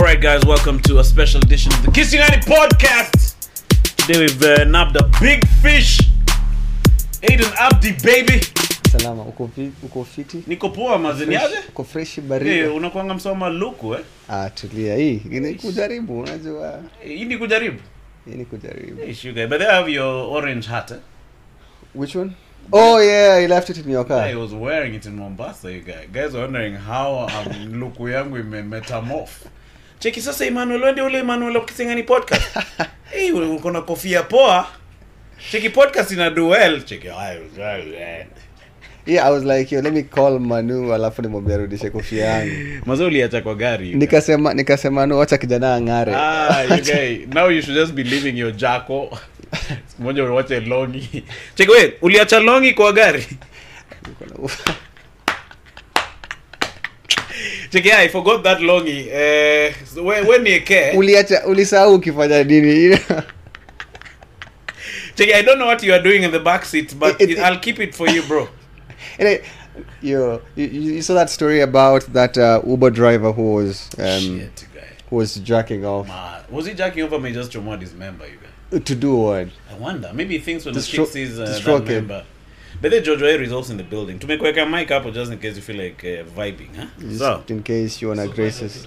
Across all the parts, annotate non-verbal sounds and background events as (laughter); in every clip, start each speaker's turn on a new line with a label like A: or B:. A: right, guys, welcome to a special edition of the Kiss United podcast. Today we've uh, nabbed a big fish. Aiden Abdi, baby.
B: salama uko vi- uko fiti
A: Niko poa mazeni aje?
B: uko fresh
A: Eh,
B: baridi
A: unakuanga msoma luku eh?
B: ah tulia hii ni kujaribu unajua
A: Eh, Hii ni kujaribu.
B: hii ni kujaribu
A: Hey, sugar, but they have your orange hat eh?
B: which one
A: Mm.
B: oh yeah i left it in your
A: I
B: car
A: was wearing it in Mombasa, you guys. Guys are wondering how um, (laughs) luku yangu ime metamorph. Cheki sasa Emmanuel wende ule Emmanuel wa Kisingani podcast. hey, uko na kofia poa. Cheki podcast ina do well. Cheki. I was well.
B: yeah i was like yo let me call manu alafu nimwambia arudishe kofia
A: (laughs)
B: yangu
A: Mazo uliacha kwa gari. you guys.
B: nikasema nikasema nu acha kijana ang'are (laughs)
A: Ah, you guys. Now you should just be leaving your jacko. (laughs) Siku moja uwache longi. Cheki wewe, uliacha longi kwa gari. Cheki, I forgot that longi. Eh, so we we ni ke.
B: (laughs) uliacha ulisahau ukifanya nini (laughs)
A: Cheki, I don't know what you are doing in the back seat, but
B: It- Um, it-
A: I'll keep it for
B: (laughs)
A: you, bro.
B: And I- yo you, you saw that story about that uh, uber driver who was um,
A: Shit, you guys.
B: who was jacking off
A: Ma, was he jacking over me just to mod his member, you guys?
B: to do what
A: I wonder. Maybe he thinks when the
B: Distro-
A: chick sees uh,
B: distro
A: that
B: kid.
A: member. But then George Weah is also in the building. To make like a mic up just in case you feel like uh, vibing, huh?
B: just
A: So,
B: in case you wanna grace us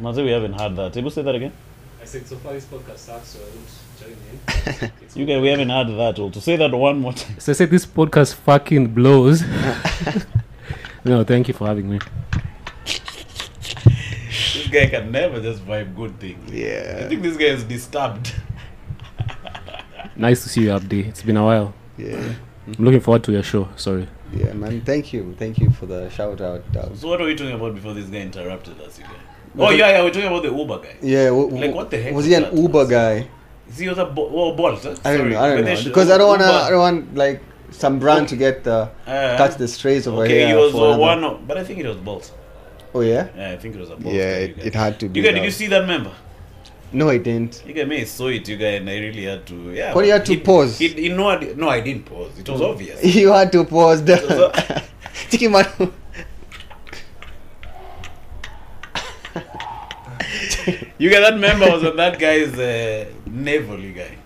A: Mazi, we haven't had that. Able say that again?
C: I said so far this podcast sucks, so I won't join in. It's
A: You guys, we haven't had that. Or to say that one more time.
C: (laughs) So I said this podcast fucking blows. (laughs) no, thank you for having me.
A: (laughs) This guy can never just vibe good things. I
B: yeah
A: think this guy is disturbed. (laughs)
C: Nice to see you, Abdi. It's been a while.
B: yeah
C: I'm looking forward to your show. Sorry.
B: Yeah, man. Thank you. Thank you for the shout out. Uh,
A: So what are we talking about before this guy interrupted us, you guys? Oh yeah, yeah, we're talking about the Uber guy.
B: yeah. W- w-
A: Like, what the heck
B: Was
A: was
B: he an
A: that?
B: Uber guy?
A: Is he was a bo- oh, Bolt? Huh?
B: I
A: Sorry.
B: don't know. I
A: But
B: don't
A: they
B: know
A: should-
B: because I don't wanna.
A: Uber-
B: I don't want like some brand to get the
A: Uh,
B: catch the strays over
A: Okay,
B: here.
A: he was
B: for
A: uh,
B: another-
A: one, of, but I think it was Bolt.
B: Oh yeah.
A: Yeah, I think it was a Bolt.
B: Yeah,
A: guy,
B: it,
A: you
B: it
A: guys.
B: had to be.
A: You guys, did
B: that.
A: you see that member?
B: No, I didn't. (laughs)
A: You guys, me I saw it, you guys, and I really had to. Yeah.
B: But you had to
A: he-
B: pause. Mm.
A: He, he no, I did- no, I didn't pause. It was obvious.
B: You had to pause down.
A: So-
B: (laughs) Chicken Manu.
A: You guys, that member was on that guy's uh, navel, you guys.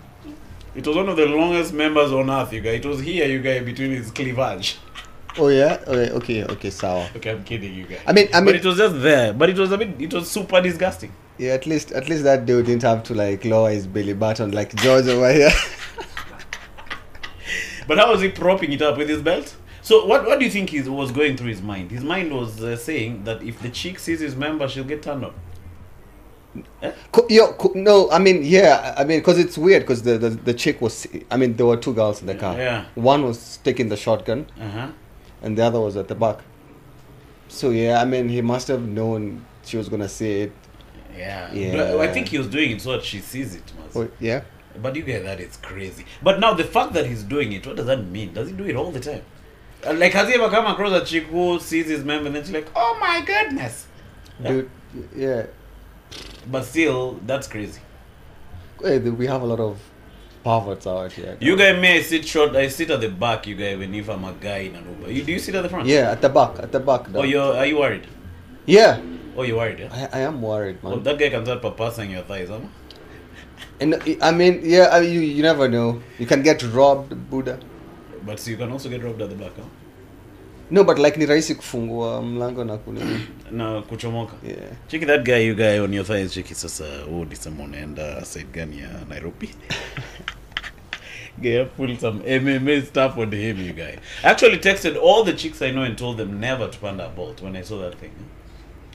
A: It was one of the longest members on earth, you guys. It was here, you guys, between his cleavage.
B: Oh yeah. Okay. Okay. Okay. Sour.
A: Okay, I'm kidding, you guys.
B: I mean- I
A: but
B: mean-
A: it was just there. But it was a bit. It was super disgusting.
B: Yeah. At least. At least that dude didn't have to like lower his belly button like George over here. (laughs)
A: But how was he propping it up with his belt? So what what do you think is, was going through his mind? His mind was uh, saying that if the chick sees his member, she'll get turned on.
B: Co- Yo, co- no, I mean, yeah, I mean, because it's weird because the, the, the chick was, I mean, there were two girls in the car.
A: Yeah.
B: One was taking the shotgun
A: Uh huh.
B: and the other was at the back. So, yeah, I mean, he must have known she was going to say it.
A: Yeah.
B: Yeah.
A: But I think he was doing it so that she sees it. Mas.
B: Oh, yeah.
A: But you get that it's crazy. But now the fact that he's doing it, what does that mean? Does he do it all the time? Uh, Like has he ever come across a chick who sees his member and then she's like, oh my goodness? Yeah.
B: Dude, yeah.
A: But still, that's crazy.
B: Hey, th- we have a lot of perverts out here.
A: You guys may I sit short. I sit at the back. You guys, when if I'm a guy in an Uber, you, do you sit at the front?
B: Yeah, at the back, at the back.
A: Oh,
B: dog.
A: you are you worried?
B: Yeah.
A: Oh, you worried? Yeah?
B: I, I am worried, man.
A: Oh, that guy can start papasang your thighs, huh?
B: and uh, I mean, yeah, I you, you never know. You can get robbed, Buddha.
A: But you can also get robbed at the back, huh?
B: No, but like ni rahisi kufungua mlango
A: (clears throat)
B: na kunini.
A: Na kuchomoka.
B: Yeah.
A: Cheki that guy you guy on your thighs, cheki sasa oh, huu ni sema unaenda uh, side gani ya Nairobi.
B: (laughs)
A: Guy pulled some MMA stuff on him, you guy. I actually texted all the chicks I know and told them never to panda bolt when I saw that thing.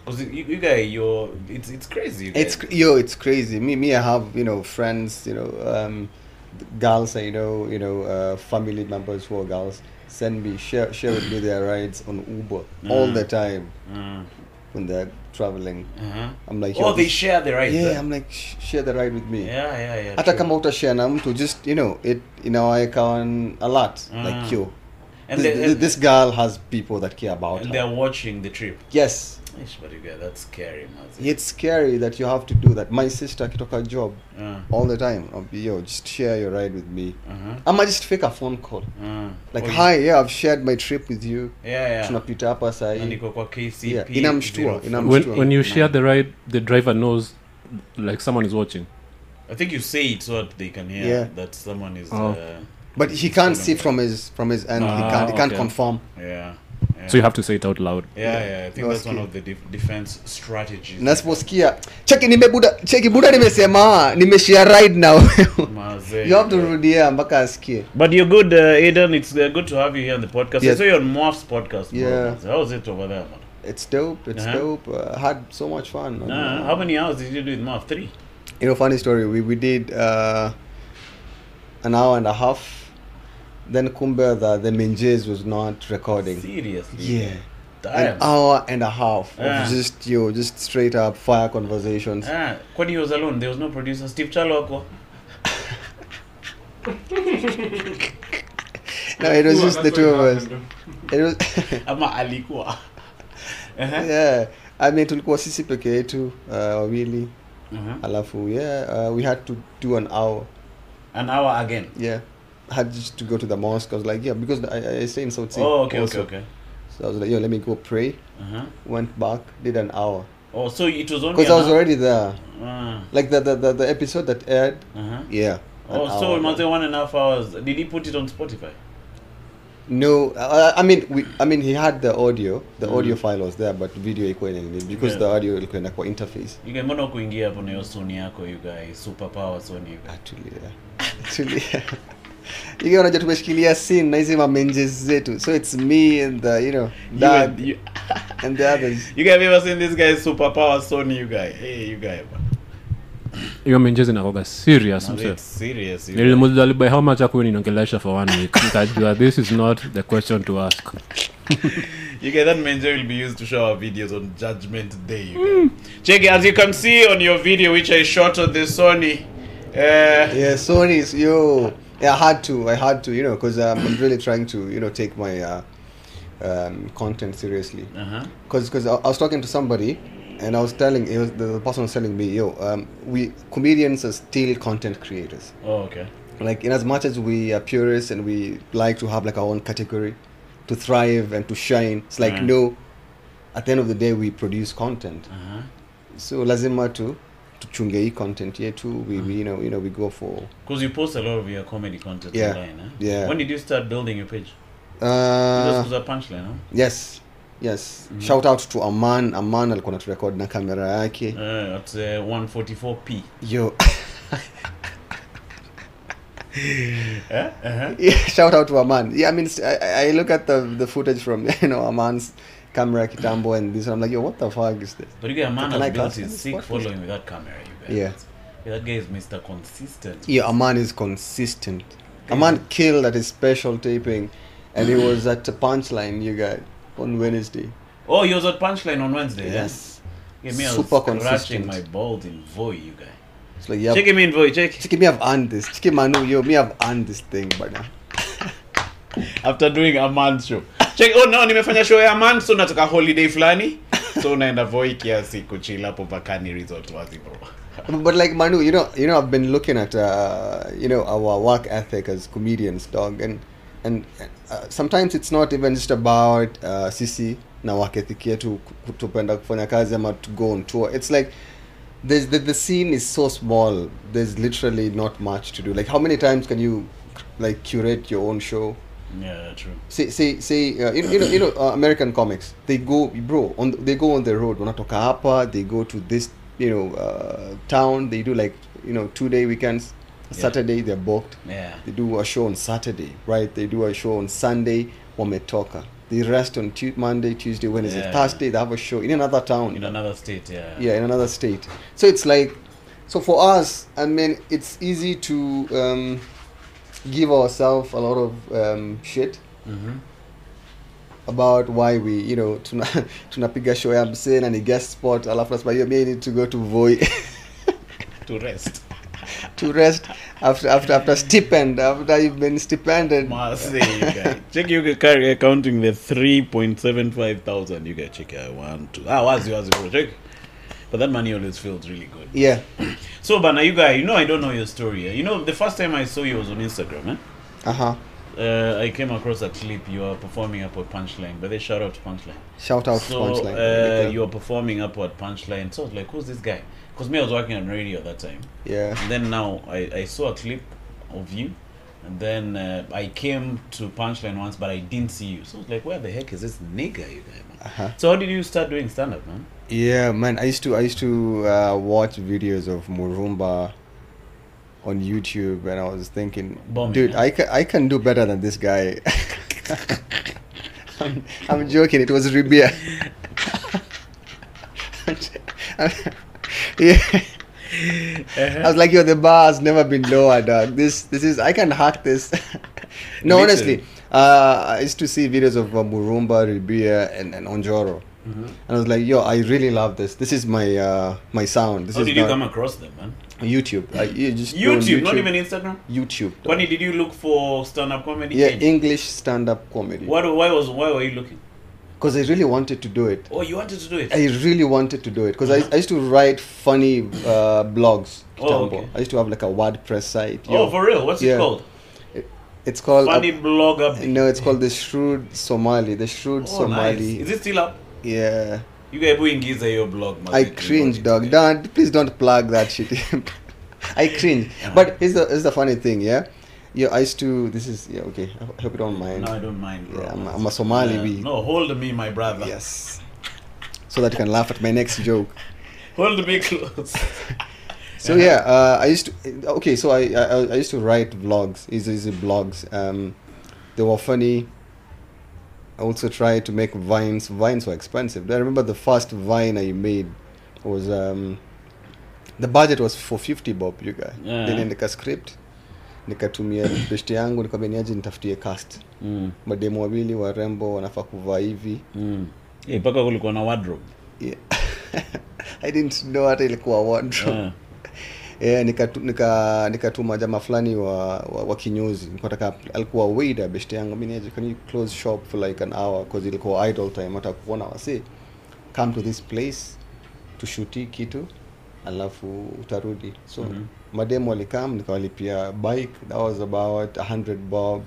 A: Because you, you guy, you're it's it's crazy. You guy.
B: It's cr- yo, it's crazy. Me, me, I have you know friends, you know, um, girls I know, you know, uh, family members who are girls send me share share with me
A: (clears throat)
B: their rides on Uber all the time
A: Mm,
B: when they're traveling.
A: uh-huh.
B: I'm like, yo,
A: Oh, they
B: this-
A: share the rights.
B: yeah.
A: huh?
B: I'm like, sh- share the ride with me.
A: yeah, yeah, yeah.
B: Hata
A: true.
B: kama utashare na mtu just you know it inawaweka on a lot
A: Mm.
B: like yo
A: And,
B: this,
A: they,
B: this-
A: and,
B: this girl has people that care about
A: and
B: her.
A: they're watching the trip.
B: Yes,
A: Eish, But you get that's scary, man.
B: it's scary that you have to do that. My sister akitoka job
A: Uh,
B: all the time, I'll be, yo, just share your ride with me.
A: uh-huh,
B: I might just fake a phone call.
A: uh,
B: Like,
A: Oh, you-
B: hi, yeah, I've shared my trip with you.
A: Yeah, yeah.
B: Tunapita hapa
A: Na
B: sahi.
A: niko kwa KCP.
B: Yeah, inamshtua,
A: 04.
B: inamshtua.
C: when,
B: sure.
C: when you share the ride the driver knows like someone is watching
A: I think you say it so that they can hear
B: Yeah.
A: that someone is.
C: Oh.
A: Uh,
B: But he can't see from his from his end. he
C: Ah,
B: can't he can't
C: okay.
B: confirm.
A: yeah. yeah.
C: so you have to say it out loud
A: Yeah, yeah. I think
B: No,
A: that's one
B: skill.
A: of the def- defense strategies. (laughs)
B: Nasiposikia cheki nimebuda cheki buda nimesema nimeshare ride now.
A: Mazee.
B: you have to rudia mpaka asikie.
A: But you're good, uh, Aiden. It's uh, good to have you here on the podcast. I
B: Yes.
A: saw you on Morph's podcast. bro.
B: Yeah. Uh,
A: So how was it over there, man?
B: It's dope. It's
A: Uh-huh.
B: dope. Uh, had so much fun. uh,
A: Nah, how many hours did you do with Morph? Three.
B: You know, funny story. We we did uh, an hour and a half. Then Kumbe the the Minjes was not recording.
A: Seriously.
B: Yeah, an
A: Damn.
B: hour and a half
A: Yeah.
B: of just you know, just straight up fire conversations.
A: Ah, when he was alone, there was no producer. Steve Chaloko.
B: No, it was just the two of us. (laughs) It
A: (laughs)
B: was
A: Ama alikuwa. (laughs) Uh-huh.
B: yeah. I mean, tulikuwa sisi peke yetu uh, wawili
A: Uh-huh.
B: alafu yeah uh, we had to do an hour
A: An hour again.
B: yeah had just to go to the mosque I was like yeah because I, I stay in South Sea
A: oh, okay,
B: also.
A: okay, okay.
B: so I was like yo let me go pray
A: Uh-huh.
B: went back did an hour
A: Oh, so it was only.
B: because I was already there.
A: Uh,
B: Like the the, the, the episode that aired.
A: uh-huh.
B: Yeah. an
A: Oh, so
B: hour
A: it must be
B: ago.
A: one and a half hours. Did he put it on Spotify?
B: No, uh, I, I- I mean we. I mean he had the audio. The
A: Mm.
B: audio file was there, but video ilikuwa inaendelea because
A: Yeah.
B: the audio ilikuwa inakuwa interface.
A: You can mbona kuingia hapo na hiyo Sony yako you guys super power Sony you guys.
B: Actually, yeah. Actually, yeah. Ile unajua tumeshikilia scene na hizi mamenjes zetu. So it's me and the you know
A: You,
B: dad
A: and- you,
B: and the others.
A: you guys have ever seen this guy super power Sony you guy? Hey you guy. man.
C: hiyo menjezi inakoga serious
A: Now,
C: mse
A: it's serious. You guy.
C: nilimuzali by how much akuwe ninongelesha for one week (laughs) nikajua this is not the question to ask
A: You guys, that manger will be used to show our videos on Judgment Day. You guys. Check it as you can see on your video which I shot on the Sony. Uh,
B: Yeah, sorry, it's- yo. Yeah, I had to. I had to, you know, because um, I'm really trying to, you know, take my uh, um, content seriously.
A: uh-huh.
B: Because I, I was talking to somebody, and I was telling it was, the, the person was telling me, yo, um, we comedians are still content creators.
A: Oh okay.
B: Like, in as much as we are purists and we like to have like our own category, to thrive and to shine, it's like
A: Yeah.
B: no. At the end of the day, we produce content
A: Uh-huh.
B: so lazima tu tuchunge hii content yetu we, we you know you know we go for
A: Because you post a lot of your comedy content
B: Yeah.
A: online, huh?
B: Yeah.
A: When did you start building your page?
B: uh,
A: This was a punchline, huh?
B: yes yes shout out to aman aman alikuwa naturekod na kamera yake
A: Uh, at uh, 144p.
B: yo (laughs)
A: Eh? Uh-huh.
B: yeah, shout out to aman yeah i mean I, I look at the, the footage from (laughs) you know aman's camera kitambo and this and i'm like yo what the fuck is this
A: But you get a man
B: Can I
A: has built
B: cast
A: his
B: this
A: sick
B: podcast?
A: following with that camera, you guys.
B: Yeah.
A: Yeah, That guy is Mr. Consistent.
B: yeah aman is consistent aman killed at his special taping and he was at the punchline you guys on wednesday
A: Oh, he was at Punchline on Wednesday. eh? yeah?
B: yes
A: Yeah, me, I was
B: Super
A: scratching
B: consistent.
A: my balls in Voi, you guy.
B: it's like yeah
A: Check him in Voi, check.
B: Chiki, me have earned this. Chiki Manu, yo, me have earned this thing, but
A: After doing a man show. Check, oh no, nimefanya show ya man, so nataka holiday fulani. So unaenda Voi kiasi kuchila hapo Pakani Resort wazi bro.
B: (laughs) But like Manu, you know, you know, I've been looking at uh, you know our work ethic as comedians, dog, and and uh, sometimes it's not even just about uh, sisi na work ethic yetu ku- tupenda kufanya kazi ama to go on tour. It's like there's the, the scene is so small. There's literally not much to do. Like how many times can you like curate your own show?
A: Yeah, true.
B: say say say uh, you, know- you know you know uh, American comics they go bro on they go on the road wanatoka hapa they go to this you know uh, town they do like you know two day weekends
A: Yeah.
B: Saturday they're booked
A: Yeah.
B: they do a show on Saturday right they do a show on Sunday wametoka they rest on tu- Monday Tuesday Wednesday
A: Yeah.
B: Thursday they have a show in another town
A: In another state, yeah.
B: yeah in another state so it's like so for us i mean it's easy to um, give ourselves a lot of um, shit
A: Mm-hmm.
B: about why we you know tuna (laughs) tunapiga show ya msee na ni guest spot alafu nasema hiyo mi need to go to voi
A: To rest.
B: (laughs) to rest after after after stipend after you've been stipended.
A: Masi, you guys. (laughs) Check you guys carry counting the 3.75 thousand. You guys check uh, one, two. Ah, wazi, wazi, bro. Check. But that money always feels really good.
B: Yeah.
A: So, Bana, you guys, you know, I don't know your story. eh? You know, the first time I saw you was on Instagram, eh?
B: Uh huh.
A: Uh, I came across a clip. You were performing up at Punchline, but they shout out to Punchline.
B: Shout out
A: so
B: Punchline.
A: Uh, you were performing up at Punchline. So I was like, who's this guy? Because me, I was working on radio at that time.
B: yeah.
A: And then now I, I saw a clip of you. And then uh, I came to Punchline once, but I didn't see you. So I was like, where the heck is this nigga you guy, man?
B: Uh-huh.
A: So how did you start doing stand up, man?
B: Yeah, man. I used to I used to uh, watch videos of Murumba on YouTube, and I was thinking,
A: Bombing,
B: dude,
A: huh?
B: I can I can do better than this guy. (laughs) I'm, I'm joking. It was Ribia. (laughs) yeah. I was like, yo, the bar has never been lower, dog. This, this is, I can hack this. (laughs) no,
A: Me too.
B: honestly, uh, I used to see videos of uh, Murumba, Ribia, and, and Onjoro.
A: Mm-hmm.
B: And I was like, yo, I really love this. This is my uh, my sound. This
A: How
B: is
A: Oh, did you
B: not-
A: come across them, man?
B: YouTube. I, you just go on
A: YouTube, not even Instagram.
B: YouTube. dog.
A: When did you look for stand up comedy?
B: yeah,
A: Change?
B: English stand-up comedy.
A: What, why was why were you looking?
B: Because I really wanted to do it.
A: Oh, you wanted to do it.
B: I really wanted to do it because I, I used to write funny uh, blogs.
A: Oh,
B: kitambo.
A: okay.
B: I used to have like a WordPress site.
A: oh,
B: yo.
A: for real? What's it
B: yeah.
A: called?
B: it's called uh,
A: Funny blog up.
B: (laughs) No, it's called the Shrewd Somali. The Shrewd
A: Oh, nice.
B: Somali.
A: Is it still up?
B: Yeah.
A: You guys ingiza your blog, man.
B: I cringe, dog. Don't please don't plug that shit. (laughs) I cringe.
A: Yeah.
B: But here's the here's the funny thing, yeah. Yeah, I used to. This is yeah okay. I hope you don't mind.
A: No, I don't mind, bro.
B: Yeah, I'm a- I'm a Somali,
A: Yeah.
B: we-
A: No, hold me, my brother.
B: yes. So that you can laugh at my next joke.
A: Hold me
B: (laughs)
A: close.
B: So yeah, uh, I used to. Okay, so I I, I used to write vlogs. Easy, easy blogs. Um, they were funny. I also tried to make vines. Vines were expensive. I remember the first vine I made was um, the budget was for 50 bob you guy.
A: Yeah.
B: Then nika script nikatumia best yangu nikamwambia niaje nitafutie cast.
A: mm,
B: Mademo wawili warembo wanafaa kuvaa hivi.
A: mm. Yeah, mpaka kulikuwa na wardrobe.
B: Yeah. I didn't know hata ilikuwa wardrobe.
A: Ah.
B: Eh, nikatu- nika- nikatuma jamaa fulani wa, wa, wa kinyozi Nilikuwa nataka- alikuwa waiter best yangu mimi niaje can you close shop for like an hour because ilikuwa idle time hata kuona wasi come to this place tushuti kitu alafu utarudi so
A: Mhm.
B: mademu walikam nikawalipia bike that was about 100 bob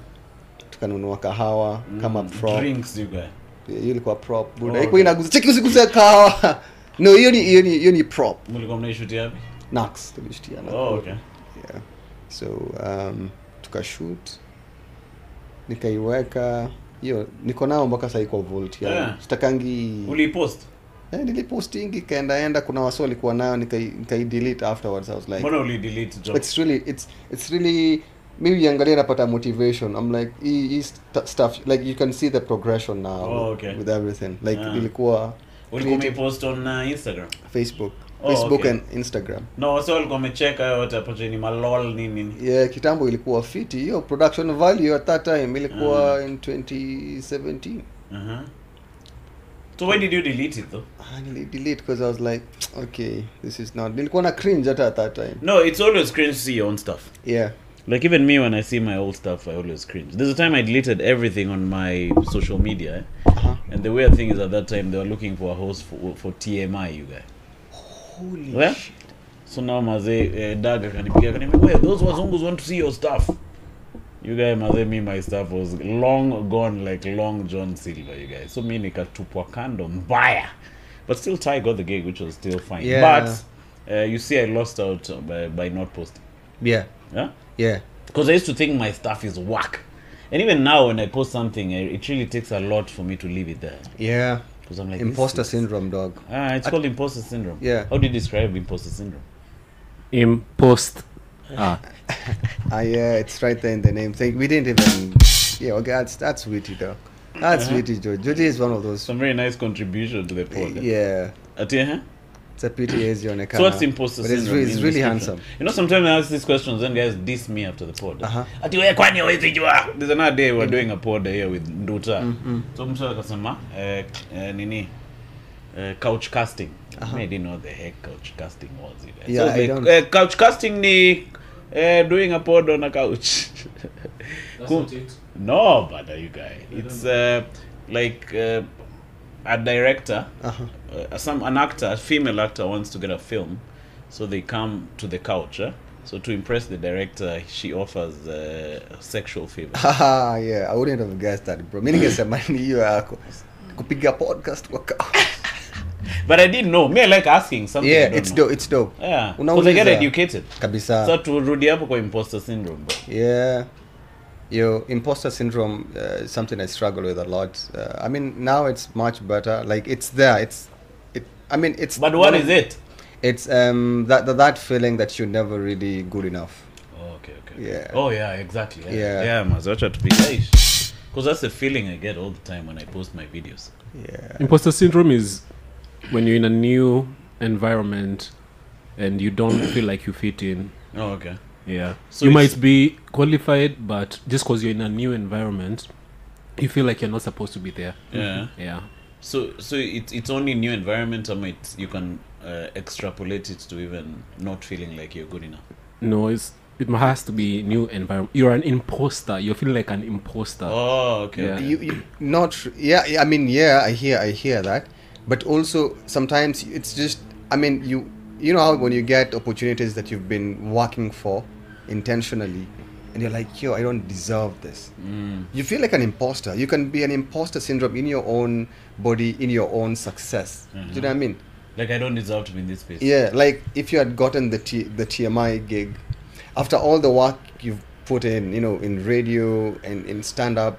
B: tukanunua kahawa kama
A: Mm,
B: prop
A: Drinks, you guys.
B: Yeah, hiyo ilikuwa prop
A: Oh,
B: buda haikuwa
A: okay.
B: inaguza cheki usiguse kahawa (laughs) no hiyo ni hiyo ni hiyo ni prop
A: Mulikuwa mnaishuti yapi?
B: nax tulishutia na
A: Oh, okay.
B: yeah. so um, tukashoot nikaiweka hiyo niko nao mpaka sahii kwa volt yangu.
A: Yeah.
B: sitakangi
A: Uliipost?
B: eh, nilipostingi ikaendaenda kuna wasi walikuwa nayo nikai- nikaidelete afterwards i was like
A: Mbona ulidelete job?
B: it's really it's it's really mi uiangalia napata motivation i'm like hii hii st- stuff like you can see the progression now
A: Oh, okay.
B: with everything like
A: Yeah.
B: ilikuwa
A: Ulikuwa
B: creative-
A: umepost on uh, Instagram?
B: facebook
A: Oh,
B: facebook
A: okay.
B: and instagram
A: No, so walikuwa wamecheka hayo yote hapo chini malol nini nini.
B: yeah kitambo ilikuwa fiti hiyo production value at that time ilikuwa
A: Mm.
B: in 2017
A: Uh-huh. So why did you delete it though?
B: Ah, nilidelete because i was like okay this is not nilikuwa na cringe hata at that time
A: No, it's always cringe to see your own stuff.
B: yeah
A: Like even me when I see my old stuff, I always cringe. There's a time I deleted everything on my social media, eh?
B: uh-huh.
A: and the weird thing is at that time they were looking for a host for, for TMI, you guys.
B: holy
A: Yeah. So now mazee uh, Dag akanipigia akaniambia, "Wewe, those wazungus want to see your stuff." You guys, mazee, me my stuff was long gone like long John Silver, you guys. So me nikatupwa kando mbaya. But still Ty got the gig which was still fine.
B: Yeah.
A: But uh, you see I lost out by, by not posting.
B: yeah
A: Yeah?
B: yeah
A: because I used to think my stuff is whack. And even now, when I post something, I- it really takes a lot for me to leave it there
B: yeah
A: because I'm like this
B: imposter
A: is-
B: syndrome dog
A: Ah, it's called imposter syndrome.
B: Yeah.
A: How do you describe imposter syndrome?
C: Impost. Ah,
B: ah yeah it's right there in the name thing we didn't even yeah okay that's that's witty dog that's witty George. George is one of those
A: Uh-huh. Some very nice contribution to the podcast.
B: yeah
A: Ati, huh?
B: it's a pity as you
A: So what's imposter
B: but
A: syndrome?
B: it's, re- it's
A: in
B: really
A: description?
B: handsome
A: You know, sometimes I ask these questions, and guys diss me after the pod.
B: Uh-huh. Mm.
A: Ati, wewe kwani huwezi jua? There's another day we're doing a pod here with Nduta. So mtu akasema eh, eh, nini? eh, couch casting. I didn't know the heck couch casting was. It.
B: Uh-huh. Yeah,
A: so
B: I
A: the,
B: don't-
A: eh, couch casting ni eh, doing a pod on a couch.
D: That's
A: Cool.
D: not it.
A: no, brother, you guy.
D: I
A: It's uh, like uh, a director,
B: Uh-huh.
A: uh, some an actor, a female actor wants to get a film, so they come to the couch. eh? So to impress the director, she offers uh, sexual favor.
B: (laughs) Haha, yeah, I wouldn't have guessed that, bro. Mimi ningesema (laughs) ni hiyo yako. Kupiga podcast kwa
A: (laughs)
B: couch.
A: but I didn't know. Me, I like asking something. I
B: Yeah,
A: don't
B: it's
A: know.
B: dope, it's dope.
A: Yeah, because I
B: Unauliza. Ah.
A: get educated.
B: Kabisa.
A: So turudi hapo kwa imposter syndrome. bro.
B: Yeah. Yo, imposter syndrome uh, is something I struggle with a lot. Uh, I mean, now it's much better. Like it's there. It's it. I mean, it's.
A: But what
B: one
A: is
B: of-
A: it?
B: It's um that that, that feeling that you're never really good enough.
A: Oh, okay, okay.
B: Yeah.
A: Oh, yeah, exactly. Yeah,
B: Yeah.
A: yeah mazocha tupiaish. Because that's the feeling I get all the time when I post my videos.
B: Yeah.
C: Imposter syndrome is when you're in a new environment and you don't feel like you fit in.
A: Oh, okay.
C: Yeah.
A: So
C: you
A: it's-
C: might be qualified, but just because you're in a new environment, you feel like you're not supposed to be there.
A: Yeah.
C: Yeah.
A: So so it, it's only new environment, or it, you can uh, extrapolate it to even not feeling like you're good enough.
C: No, it's it has to be new environment. You're an imposter. You feel like an imposter.
A: Oh, okay.
C: Uh, Yeah.
A: okay.
B: You, you not yeah yeah, I mean yeah I hear I hear that but also sometimes it's just I mean you you know how when you get opportunities that you've been working for intentionally and you're like yo I don't deserve this
A: Mm.
B: you feel like an imposter you can be an imposter syndrome in your own body in your own success do you know what I mean
A: Like, I don't deserve to be in this place.
B: yeah like if you had gotten the T- the TMI gig after all the work you've put in you know in radio and in stand up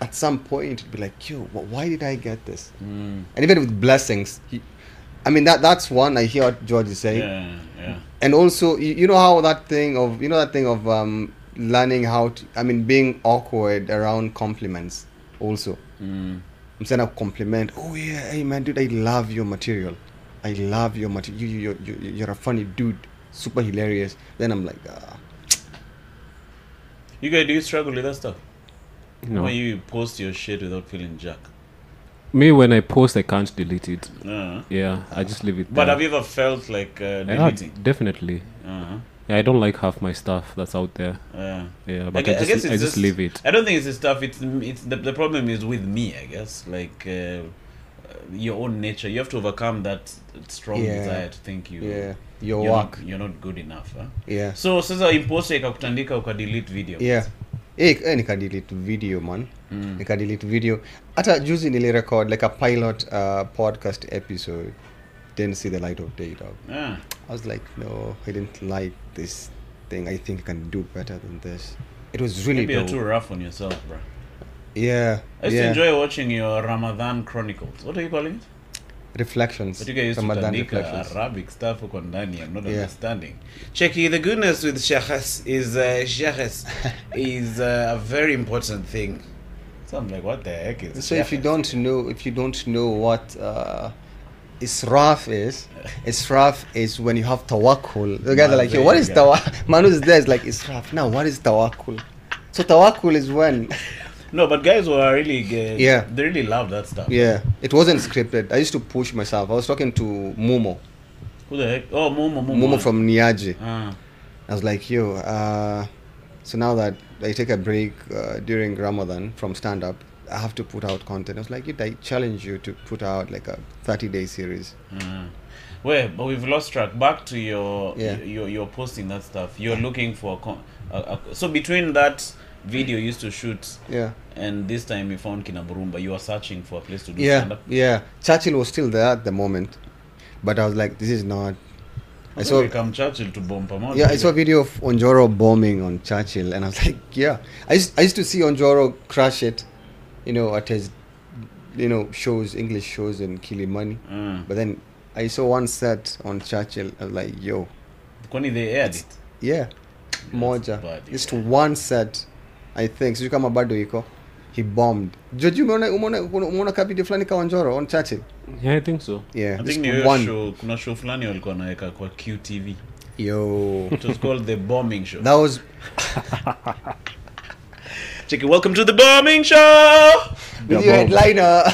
B: at some point it'd be like yo wh- why did I get this
A: Mm.
B: and even with blessings he, I mean that that's one I hear what George is saying
A: Yeah, yeah.
B: and also you, you know how that thing of you know that thing of um learning how to I mean being awkward around compliments also
A: Mm.
B: I'm saying a compliment. Oh yeah, hey man, dude, I love your material. I love your material. You, you, you, you- you're a funny dude, super hilarious. Then I'm like, ah.
A: You guys, do you struggle with that stuff?
C: no.
A: When you post your shit without feeling jack.
C: Me when I post, I can't delete it.
A: Uh,
C: Yeah, I just leave it.
A: but
C: there.
A: have you ever felt like uh,
C: Yeah,
A: deleting?
C: definitely.
A: Uh-huh.
C: Yeah, I don't like half my stuff that's out there.
A: Yeah.
C: Yeah,
A: I,
C: but
A: gue-
C: I,
A: I
C: just,
A: guess it's
C: I just leave it.
A: I don't think it's the stuff. It's it's the, the problem is with me. I guess like uh, uh, your own nature. You have to overcome that strong
B: Yeah.
A: desire to think you.
B: yeah,
A: You're
B: your
A: not,
B: work.
A: you're not good enough. Huh?
B: Yeah,
A: So sasa imposter ikakutandika ukadelete video.
B: yeah. Eh, eh, nika delete video man.
A: Mm.
B: Nika delete video. Hata juzi nili record like a pilot uh, podcast episode. Didn't see the light of day, dog.
A: Ah.
B: I was like, no, I didn't like this thing. I think I can do better than this. It was really
A: Maybe you're too
B: dope.
A: rough on yourself, bro.
B: Yeah,
A: I used to
B: yeah.
A: enjoy watching your Ramadan Chronicles. What are you calling it?
B: Reflections.
A: But you guys used
B: Ramadan
A: to
B: reflections.
A: tandika Arabic stuff huko ndani. I'm not
B: Yeah.
A: understanding. Cheki, the goodness with shakhas is uh,
B: (laughs)
A: shakhas is uh, a very important thing. So I'm like, what the heck is
B: So if you
A: shakhas?
B: don't know, if you don't know what uh, israf is, israf is when you have tawakkul. The guys are like, yo, what is
A: Mazenga.
B: tawakkul? Man who's there is like, israf. Now, what is tawakkul? So tawakkul is when,
A: No, but guys were really uh,
B: Yeah.
A: They really love that stuff.
B: yeah, it wasn't scripted. I used to push myself. I was talking to Mumo,
A: Who the heck? Oh, Momo, Momo.
B: Mumo from Niaje.
A: Ah.
B: I was like, yo, uh, so now that I take a break uh, during Ramadan from stand up, I have to put out content. I was like, "Dude, I challenge you to put out like a 30 day series.
A: ah. Well, but we've lost track. Back to your
B: Yeah.
A: your, your posting that stuff. You're looking for a con- a, a, so between that video you used to shoot
B: Yeah.
A: and this time you found Kinaburumba. You were searching for a place to do
B: Yeah,
A: stand up.
B: yeah. Churchill was still there at the moment, but I was like, this is not. I saw,
A: become Churchill to bomb pamoja.
B: yeah, I saw a video of Onjoro bombing on Churchill, and I was (laughs) like, yeah. I used, I used to see Onjoro crush it, you know, at his, you know, shows, English shows in Kilimani.
A: Mm.
B: But then I saw one set on Churchill, I was like, yo,
A: Kwani they aired it.
B: yeah, moja.
A: bad,
B: Just
A: yeah.
B: one set, I think. Sijui kama bado iko. He bombed. Joji, umeona umeona umeona kabidi fulani ka Onjoro on Churchill?
C: Yeah, I think so.
B: Yeah,
A: I
B: just
A: think ni hiyo
B: one.
A: show kuna show fulani walikuwa naweka kwa QTV.
B: Yo.
A: It
B: (laughs)
A: was called the bombing show.
B: That was
A: Cheki, welcome to the bombing
B: (laughs)
A: show.
B: with your headliner.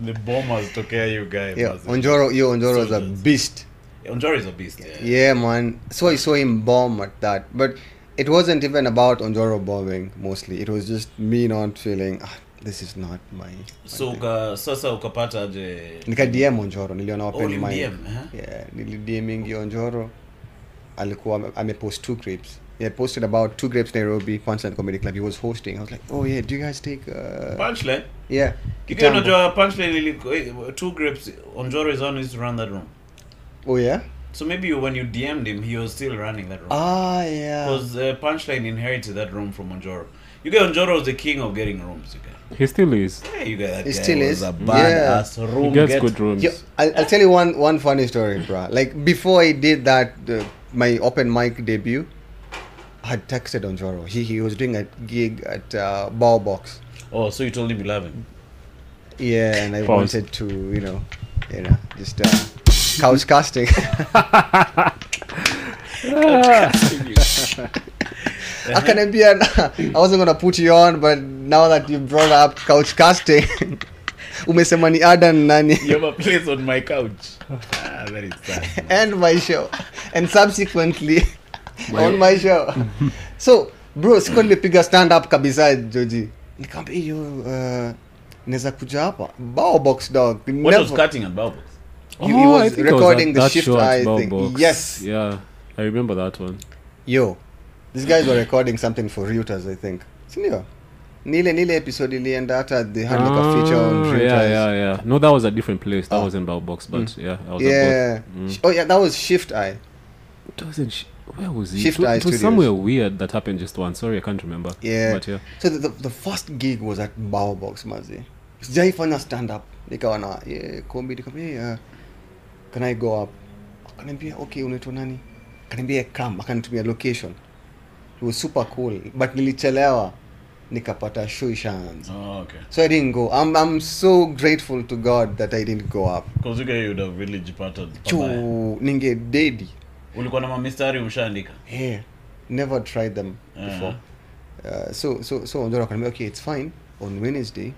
A: The bombers tokea you guys.
B: yeah, Onjoro, yo Onjoro is a
A: Soldiers.
B: beast.
A: Onjoro is a beast. Yeah.
B: Yeah, man. So I saw him bomb at that, but it wasn't even about Onjoro bombing mostly. It was just me not feeling ah, this is not my. my
A: So
B: thing."
A: uka, sasa ukapata aje
B: nika DM Onjoro, niliona
A: Oh,
B: open mic.
A: ulimdm, eh?
B: Yeah, nilidmingi Onjoro alikuwa ame- amepost two grapes. He had posted about two grapes Nairobi Punchline Comedy Club. He was hosting. I was like, oh yeah, do you guys take? Uh,
A: Punchline.
B: yeah.
A: Kitu
B: kitambo.
A: unajua punchline iliko eh, two grips Onjoro is on his run that room.
B: Oh yeah.
A: So maybe when you DM'd him he was still running that room.
B: Ah yeah.
A: Because uh, Punchline inherited that room from Onjoro. You get Onjoro was the king of getting rooms. You get.
C: He still is.
A: Yeah, you get that
B: He
A: guy
B: still
A: was
B: is.
A: a
B: Yeah.
A: badass room.
C: He gets
A: get-
C: good rooms.
B: Yo, I'll, I'll tell you one one funny story, bruh. Like before I did that, uh, my open mic debut, I had texted Onjoro. He he was doing a gig at uh, Bow Box.
A: Oh, so you told him you love
B: (laughs)
A: him.
B: Yeah, and I
C: Pause.
B: wanted to, you know, you know, just uh, couch casting. (laughs) Ah.
A: Uh-huh.
B: Akaniambia, (laughs) I wasn't gonna put you on, but now that you brought up couch casting, (laughs) umesema ni Adan nani?
A: You have a place on my couch. ah, that is sad.
B: and my show and subsequently on my show so bro siko nimepiga stand up kabisa joji nikamwambia hiyo uh, naweza kuja hapa bao box dog
A: What was
B: Never-
A: cutting at Babox?
B: He- he was
C: Oh, I think I
B: recording
C: at
B: the
C: that
B: shift
C: show at
B: I
C: Bow
B: think.
C: Box.
B: Yes.
C: Yeah, I remember that one.
B: yo these guys were recording something for reuters i think sindio nile nile episode ilienda hata they had like a feature on
C: Ah,
B: reuters
C: yeah, yeah, yeah. No, that was a different place. That
B: Ah.
C: wasn't Bow Box, but yeah, I was at
B: yeah oh yeah that was shift i
C: both. It wasn't. Sh- where was he?
B: Shift
C: it, wa-
B: Eye
C: it was
B: Studios.
C: somewhere weird that happened just once. Sorry, I can't remember.
B: Yeah.
C: but yeah.
B: so the, the, the first gig was at Bao Box mazi sijaifanya stand up nikawa na yeah, kombi nikamwambia yeah, uh, can i go up akaniambia okay unaitwa nani akaniambia come akanitumia location it was super cool but nilichelewa nikapata show ishaanza
A: Oh, okay.
B: so i didn't go I'm, i'm so grateful to god that i didn't go up
A: Because you guys would have really jipata. pabaya.
B: chu ninge dedi
A: Ulikuwa na mamistari umshaandika.
B: yeah, never tried them before. Uh, so so so Onjoro akaniambia okay, it's fine. On Wednesday,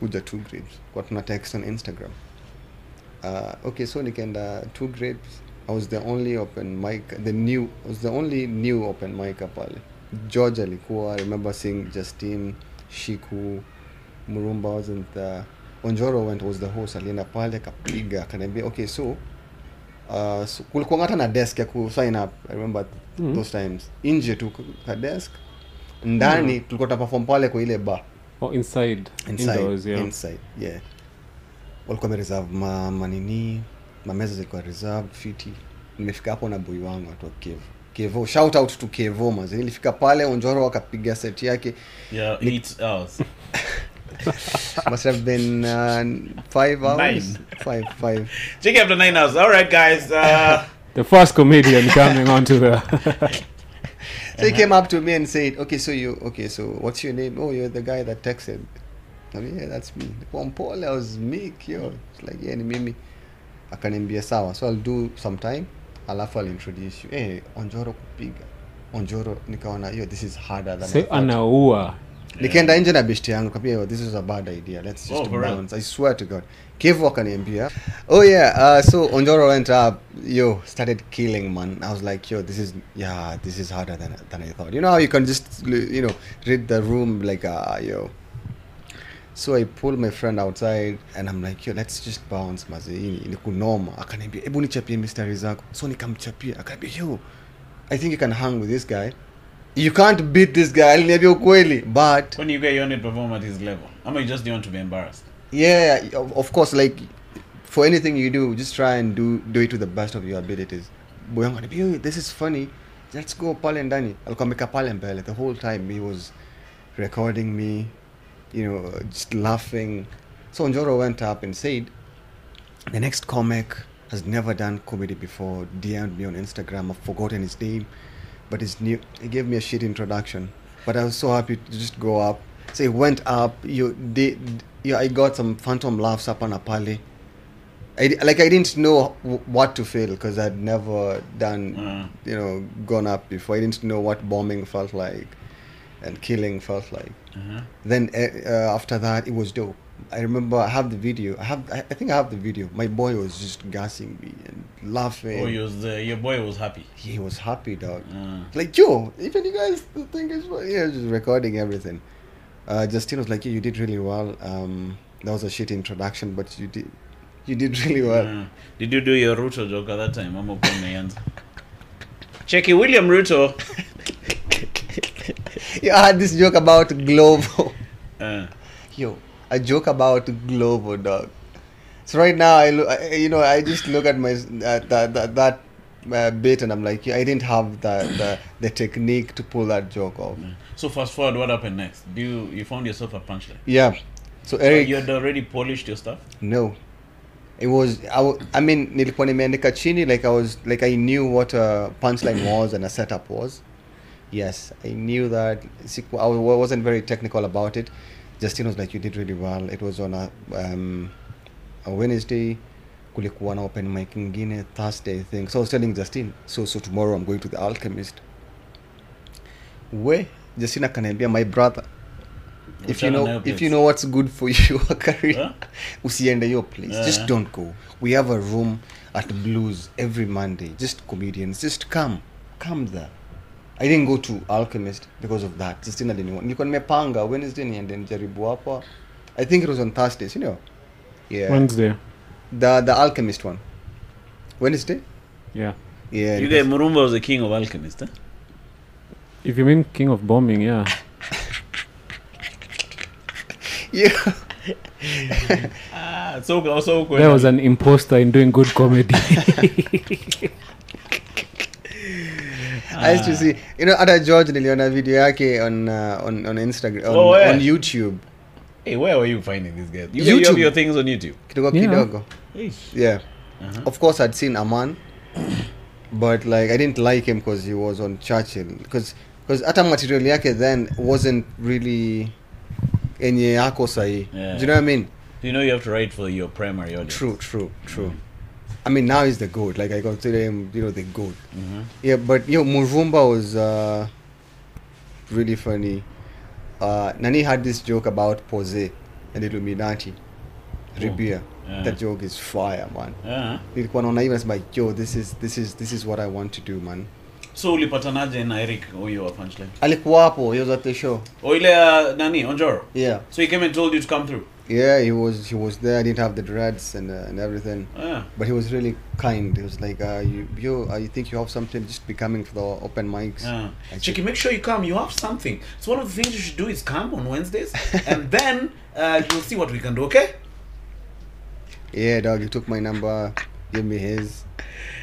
B: kuja two grapes. Kwa tuna text on Instagram. Uh, okay, so nikaenda two grapes. I was the only open mic, the new, I was the only new open mic pale. George alikuwa, I remember seeing Justine, Shiku, Murumba wasn't there. Onjoro went was the host, alienda pale kapiga, akaniambia okay, so uh, so, kulikuwa hata na desk ya ku sign up i remember
C: Mm.
B: those times nje tu ka desk ndani
C: Mm-hmm.
B: tulikuwa tuna perform pale kwa ile bar
C: Oh, inside.
B: inside
C: Indoors, yeah.
B: inside yeah walikuwa wamereserve ma manini mameza zilikuwa reserved fiti nimefika hapo na boy wangu watu wa kevo kevo shout out to kevo mazi nilifika pale onjoro wakapiga set
C: (laughs)
B: yake
A: Yeah, eight hours.
B: must have been uh, five hours
A: Nine.
B: five five
A: Check it after nine hours. All right, guys. Uh,
C: The first comedian (laughs) coming onto
B: (laughs)
C: the.
B: So he came up to me and said, "Okay, so you, okay, so what's your name? Oh, you're the guy that texted." I mean, yeah, that's me. Juan Paul, I was meek, yo. It's like, yeah, ni mimi. Akaniambia sawa, so I'll do some time, alafu I'll introduce you. Hey, Onjoro kupiga. Onjoro, nikaona, yo, this is harder than I
C: Say
B: thought.
C: anaua.
B: nikaenda nje na beshte yangu kaambia oh, this is a bad idea let's just
A: Oh, for real?
B: bounce i swear to god kevo akaniambia oh yeah uh, so onjoro went up yo started killing man i was like yo this is yeah this is harder than, than i thought you know how you can just you know read the room like uh, yo so i pulled my friend outside and i'm like yo let's just bounce mazini ni kunoma akaniambia hebu nichapie mistari zako so nikamchapia akaniambia yo i think you can hang with this guy you can't beat this guy aliniambia ukweli but
A: when you guys wanted to perform at his level, I mean, you just didn't want to be embarrassed.
B: yeah of, of course like for anything you do just try and do do it to the best of your abilities boy i'm gonna be "Yo, this is funny let's go pale ndani alikuwa amekaa pale mbele the whole time he was recording me you know just laughing so njoro went up and said the next comic has never done comedy before dm'd me on instagram i've forgotten his name but it's new he gave me a shit introduction but i was so happy to just go up so it went up you did you i got some phantom laughs up on a pally I, di- like i didn't know w- what to feel because i'd never done
A: Mm.
B: you know gone up before i didn't know what bombing felt like and killing felt like
A: Uh-huh.
B: then uh, uh, after that it was dope i remember i have the video i have i I think i have the video my boy was just gassing me and laughing.
A: Oh, you was the, your boy was happy.
B: He was happy, dog.
A: Mm.
B: Like, yo, even you guys the thing is, yeah, just recording everything. Uh, Justine was like, yeah, you did really well. Um, that was a shit introduction, but you did, you did really well.
A: Mm. Did you do your Ruto joke at that time? Ama ulikuwa umeanza. Cheki William Ruto.
B: (laughs) You had this joke about Glovo.
A: Uh,
B: Yo, a joke about Glovo, dog. So right now, I, lo- I you know, I just look at my at that that, that uh, bit, and I'm like, yeah, I didn't have the, the the technique to pull that joke off.
A: so fast forward, what happened next? Do you you found yourself a punchline?
B: Yeah.
A: So
B: So Eric,
A: you had already polished your stuff.
B: no, it was I, wa- I mean, nilikuwa nimeandika chini like I was like I knew what a punchline was and a setup was. Yes, I knew that. Siku- I wa- wasn't very technical about it. Justine was like, you did really well. It was on a, um, a Wednesday. Kulikuwa na open mic ngine Thursday thing. So I was telling Justine, so so tomorrow I'm going to the Alchemist. We Justine akaniambia, my brother, if you
A: Uchana
B: know
A: nayo
B: if
A: place.
B: you know what's good for (laughs) your career,
A: Huh?
B: usiende your place. Just
A: Yeah.
B: don't go. We have a room at Blues every Monday. Just comedians. Just come, come there. I didn't go to Alchemist because of that. Just didn't anyone. Nilikuwa nimepanga Wednesday niende nijaribu hapa. I think it was on Thursdays, you know. Yeah.
C: Wednesday.
B: the the Alchemist one. Wednesday?
C: Yeah.
B: Yeah.
A: You
B: it was- (laughs)
A: guys, Murumba was the king of alchemists. Huh?
C: If you mean king of
B: (laughs)
C: bombing, yeah.
B: yeah.
A: Ah, so so
C: There was an imposter in doing good
B: (laughs)
C: comedy.
B: I used
A: Ah.
B: to see, you know, Ada George niliona video yake on uh, on on Instagram on,
A: Oh, yeah.
B: on YouTube.
A: Hey, where were you finding these guys? You, you have
B: YouTube.
A: your things on YouTube.
B: Kidogo
C: Yeah.
B: kidogo.
A: Eish.
B: Yeah.
A: Uh-huh.
B: Of course, I'd seen Aman, but like I didn't like him because he was on Churchill. Because because hata material yake then wasn't really enye yako sahi.
A: Yeah.
B: Do you know what I mean?
A: You know you have to write for your primary audience.
B: True, true, true. I mean, now he's the goat. Like I consider him, you know, the goat.
A: Mm-hmm.
B: Yeah, but yo, Murumba was uh, really funny. Uh, Nani had this joke about Pose and Illuminati.
A: Oh.
B: Ribia.
A: yeah.
B: That joke is fire, man.
A: Uh-huh.
B: nilikuwa naona hivi nasema yo this is this is this is what i want to do man
A: So ulipatanaje na Eric huyo wa punchline?
B: alikuwa hapo he was at the show
A: Oh, ile uh, nani Onjoro.
B: yeah
A: So he came and told you to come through.
B: yeah he was he was there i didn't have the dreads and, uh, and everything
A: Ah.
B: but he was really kind he was like uh, you yo i think you have something just be coming for the open mics
A: Ah.
B: I
A: Chiki, make sure you come. You have something. So one of the things you should do is come on Wednesdays,
B: (laughs)
A: and then uh, you'll see what we can do. Okay?
B: yeah dog he took my number gave me his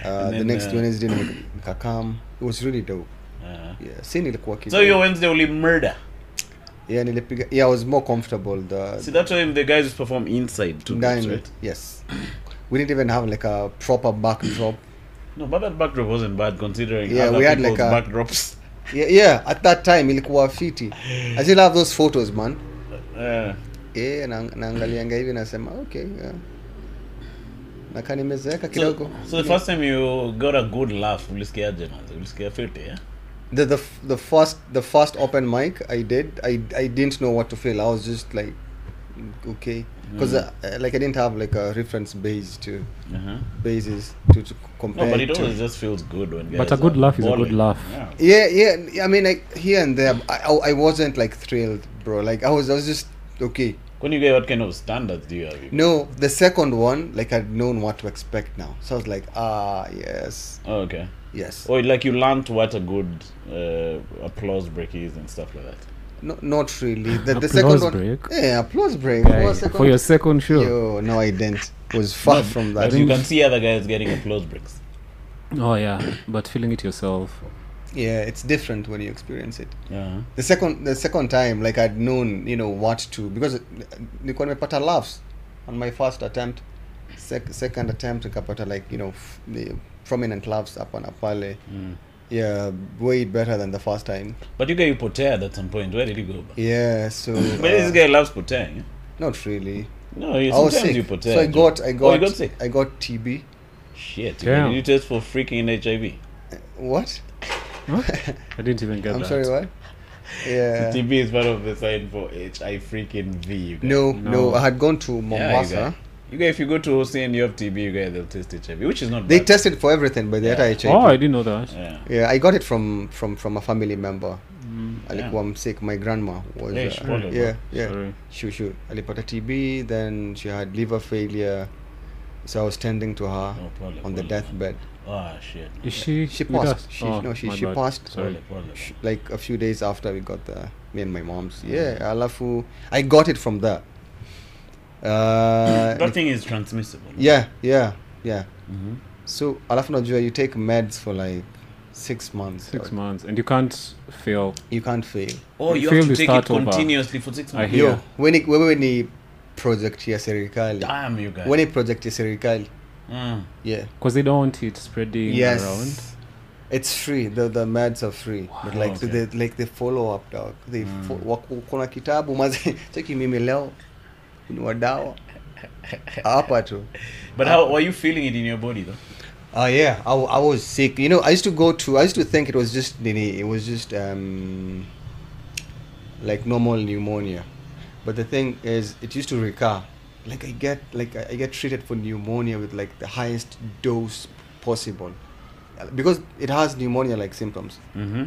B: uh,
A: And
B: the
A: then,
B: next
A: uh,
B: wednesday nika- nikakam it was really dope
A: Uh,
B: yeah scene ilikuwa
A: so your
B: kidogo
A: Wednesday only murder.
B: yeah nilipiga yeah i was more comfortable the
A: See that's why the guys just perform inside too.
B: Nine-
A: Right?
B: yes we didn't even have like a proper backdrop
A: No, but that backdrop wasn't bad considering
B: Yeah,
A: other
B: we had
A: people's
B: like a-
A: backdrops. (laughs)
B: yeah, yeah at that time ilikuwa fiti i still have those photos man
A: Uh,
B: yeah, na, naangalianga hivi nasema okay yeah. naka
A: so,
B: nimezeeka kidogo
A: so the first time you got a good laugh, ulisikiaje manzi? Ulisikia fiti, yeah?
B: the, the, f- the first the first open mic i did i, I didn't know what to feel i was just like okay because
A: Mm.
B: uh, like i didn't have like a reference base to
A: Uh-huh.
B: bases to, to compare
A: No, but it
B: to.
A: always just feels good when guys
C: But a good
A: are
C: laugh is a good
A: balling.
C: laugh.
A: Yeah.
B: yeah yeah i mean like here and there I, I, I wasn't like thrilled bro like i was i was just okay
A: When you get what kind of standards do you have?
B: No, the second one, like I'd known what to expect now. So I was like, ah, yes,
A: Oh, okay.
B: yes.
A: Or like you learnt what a good uh, applause break is and stuff like that.
B: No, not really. The, the
C: Applause
B: second one,
C: break?
B: yeah, applause break.
C: Yeah,
B: What second-
C: for your second show.
B: Yo, no, I didn't. It was far
A: But-
B: from
A: But
B: that.
A: you can see other guys getting applause breaks.
C: Oh yeah, but feeling it yourself.
B: Yeah, it's different when you experience it.
A: Yeah.
B: The second, the second time, like I'd known, you know, what to because nilikuwa nimepata laughs on my first attempt. Sec- second attempt, nikapata like you know f- the prominent laughs up on apale.
A: Mm.
B: Yeah, way better than the first time.
A: But you guy you potea at some point. Where did he go?
B: Yeah, so
A: But this
B: uh,
A: guy loves potea. Yeah?
B: Not really.
A: No, you-
B: I was
A: sometimes
B: sick.
A: you potea.
B: so I got, I got,
A: Oh, you got sick.
B: I got TB.
A: Shit.
C: Damn.
A: You, you test for freaking HIV.
B: What?
C: (laughs) I didn't even get
B: I'm
C: that.
B: sorry. What? Yeah.
A: TB is part of the sign for HIV freaking V. You guys.
B: No, no,
C: No.
B: I had gone to
A: Yeah, you
B: Mombasa.
A: guys. You guys, if you go to OC and you have TB, you guys they'll test HIV, which is not
B: They
A: bad.
B: test it for everything, but they
A: Yeah.
B: had HIV.
C: Oh, I didn't know that.
A: yeah.
B: yeah, I got it from from from a family member.
C: Mm.
B: Alikuwa msick. My grandma was.
A: Yeah,
B: uh,
A: she was.
B: yeah, yeah.
C: Sorry.
B: She, she alipata TB, then she had liver failure. So I was tending to her
A: Oh, pole,
B: on the
A: pole,
B: deathbed.
A: Ah, shit.
C: Is she?
B: She
C: with
B: passed.
C: us?
B: She-
C: Oh,
B: no, she-
C: my
B: she
C: bad.
B: passed.
C: Sorry.
A: Pole, pole.
B: Sh- Like a few days after we got the me and my mom's. Yeah, alafu I got it from there.
A: (coughs)
B: Uh,
A: that thing is transmissible.
B: yeah, yeah, yeah.
A: Mhm.
B: So alafu najua you take meds for like six months.
C: Six
B: or-
C: months, and you can't fail.
B: You can't fail.
A: Oh,
C: You
A: you
C: fail
A: have to
C: to
A: take it
C: start over.
A: continuously for six
C: I
A: months.
C: hear.
B: Yo, when ni wewe ni project ya serikali.
A: Damn you guys.
B: Wewe ni project ya serikali.
A: Mm.
B: Yeah.
C: Because they don't want it spreading
B: yes.
C: around.
B: It's free. The the meds are free. But like
A: Okay.
B: the like the follow up dog. They fo- wako- kuna kitabu maze (laughs) cheki mimi leo ni dawa hapa tu.
A: But how were you feeling it in your body though?
B: Oh yeah, I, wa- I was sick. You know, I used to go to. I used to think it was just nini. It was just um, like normal pneumonia, but the thing is, it used to recur. Like I get like I I get treated for pneumonia with like the highest dose possible, Uh, because it has pneumonia like symptoms.
A: Mm-hmm.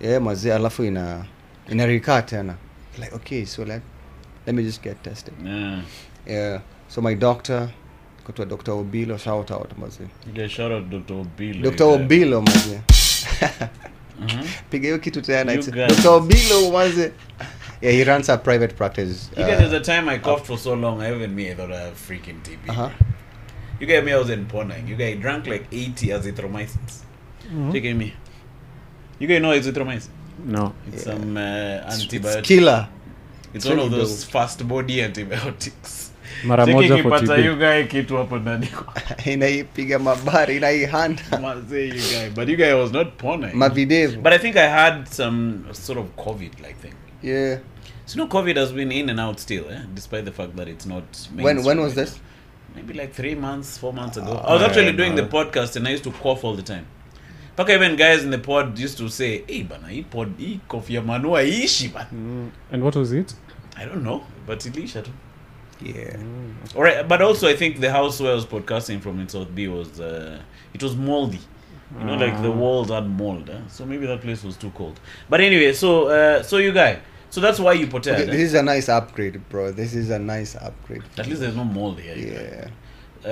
B: Yeah, mazee alafu ina ina recur tena. Like okay, so let let me just get tested.
A: Yeah.
B: Yeah. So my doctor, go to a Dr. Obilo. Shout out, mazee.
A: You guys shout out Dr. Obilo.
B: Dr.
A: you guys.
B: Obilo maze.
A: Mhm.
B: Piga hiyo kitu tena.
A: You
B: it's-
A: guys.
B: Dr. Obilo maze. Yeah, he runs a private practice.
A: You
B: uh,
A: guys, there's a time I coughed for so long, I even me, I thought I have freaking TB.
B: uh-huh.
A: You guys, me, I was in Ponang. You guys drank like 80 azithromycins.
C: Mm-hmm. Hmm?
A: Taking me. You guys know azithromycin?
C: No.
A: It's some uh,
B: It's-
A: antibiotic.
B: it's killer. (laughs)
A: It's one of
B: really
A: those fast body (laughs) antibiotics.
C: Mara
A: Cheki
C: moja for
A: ikipata you
C: TB.
A: guy kitu hapo ndani kwa-
B: Inaipiga
A: (laughs)
B: mabari, inaihanda
A: Mazee, you guy. But you guy was not eh? Ponang.
B: mavidevu.
A: But I think I had some sort of COVID like thing.
B: Yeah.
A: So no, COVID has been in and out still, eh? despite the fact that it's not.
B: When when
A: mainstream.
B: was this?
A: Maybe like three months, four months ago. Ah, I was actually doing the podcast and I used to cough all the time. Paka even guys in the pod used to say, "Hey, bana, hii pod, hii cough ya manua ishi bana."
C: Mm. And what was it?
A: I don't know, but ilisha tu.
B: Yeah.
A: All right, but also I think the house where I was podcasting from in South B was uh, it was moldy. You know, like
B: Ah.
A: the walls had mold, eh? so maybe that place was too cold. But anyway, so uh, so you guy, so that's why you potato.
B: Okay, This is a nice upgrade, bro. This is a nice upgrade.
A: At least there's no mold here. You guy.
B: Yeah.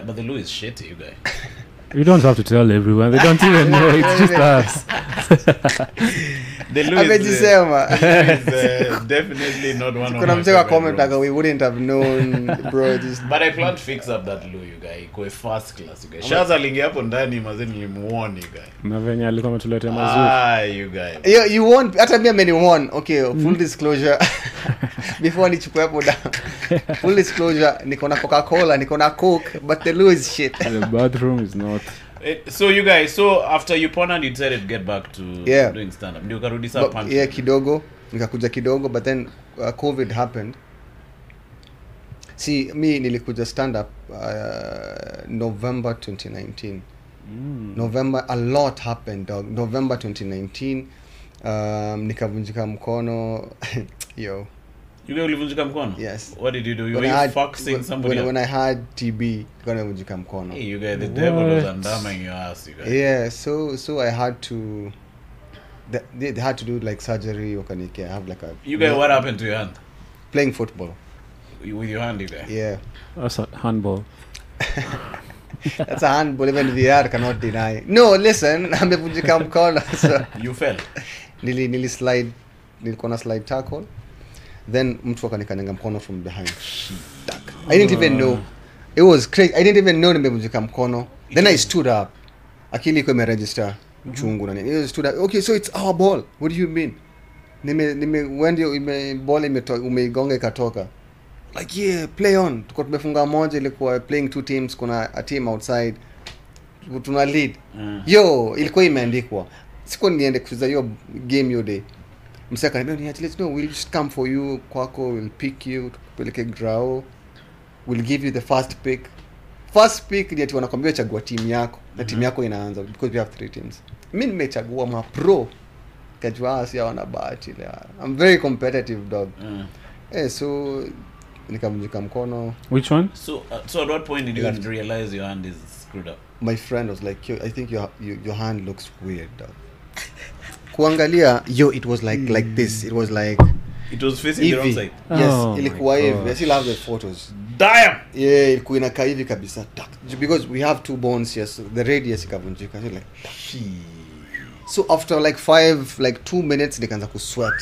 A: Uh, but the loo is shitty, you
B: (laughs)
A: guy.
C: You don't have to tell everyone. They don't even know. It's just us.
A: The loo is, (laughs) uh,
B: Amejisema.
A: is uh, definitely not one of
B: (laughs) Kuna
A: my
B: mzee
A: (laughs)
B: wa
A: favorite
B: comment
A: rooms.
B: aka we wouldn't have known bro this
A: But I plan to fix up that loo, you guy. Ikuwe first class, you guy. Shaza aliingia hapo ndani mazee nilimuona, you guy.
C: na venye alikuwa ametulete mazuri
A: Ah, you guy.
B: Yo, you won't hata mi ameniwarn okay full disclosure before nichukue hapo down full disclosure niko na coca cola niko na coke but the loo is shit
C: the bathroom is not
A: Eh, so you guys so after you pondered you decided get back to
B: Yeah.
A: doing stand up ndio ukarudi saa
B: but,
A: punk
B: yeah kidogo nikakuja kidogo but then uh, covid happened see mi nilikuja stand up uh, november 2019
C: Mm.
B: november a lot happened dog november 2019 um, nikavunjika mkono (laughs) yo
A: you guys ulivunjika mkono
B: Yes.
A: what did you do you
B: When
A: were
B: I
A: you
B: had-
A: foxing
B: when-
A: somebody
B: when,
A: up?
B: when I had TB, gonna mjika mkono.
A: hey you guys the devil was
C: What?
A: undaming your ass you guys
B: Yeah, so so I had to th- they, they had to do like surgery wakanike have like a
A: you guys what happened to your hand
B: playing football.
A: You- with your hand you guys
B: Yeah.
C: that's a handball
B: That's a handball even VR cannot deny. No, listen, (laughs) amevunjika mkono. So
A: you fell
B: nili nili slide nilikuwa na slide tackle. Then mtu akanikanyanga mkono from behind. Tak. I didn't even know. It was crazy. I didn't even know nimevunjika mkono. Then I stood up. Akili iko imeregister uchungu na nini. It was stood up. Okay, so it's our ball. What do you mean? Nime nime when ndio ime ball imetoka umeigonga ikatoka. Like yeah, play on. Tuko tumefunga moja ilikuwa playing two teams kuna a team outside. Tuko Tuna lead.
A: Mm.
B: Yo, ilikuwa imeandikwa. Siku niende kucheza hiyo game hiyo day. Msee akaniambia ni atlet no, we'll just come for you kwako, we'll pick you, tukupeleke grao. We'll give you the first pick. First pick ni ati wanakwambia chagua timu yako na timu yako inaanza because we have three teams. Mimi nimechagua mapro "Ah,
A: uh.
B: kajua si hawana bahati leo. I'm very competitive dog.
A: Mm.
B: Eh, so nikamjika mkono
C: Which one?
A: So, uh, so at what point did you
B: Left.
A: realize your hand is screwed up?
B: my friend was like yo, i think your, your, your hand looks weird dog." (laughs) kuangalia yo it was like like this it was like
A: It was facing Hmm. the wrong
B: hivi
A: side.
B: yes
C: Oh my
B: ilikuwa hivi i
C: gosh.
B: still have the photos
A: Damn!
B: yeah ilikuwa inakaa hivi kabisa tak. because we have two bones yes the radius ikavunjika so like so after like five like two minutes nikaanza kusweat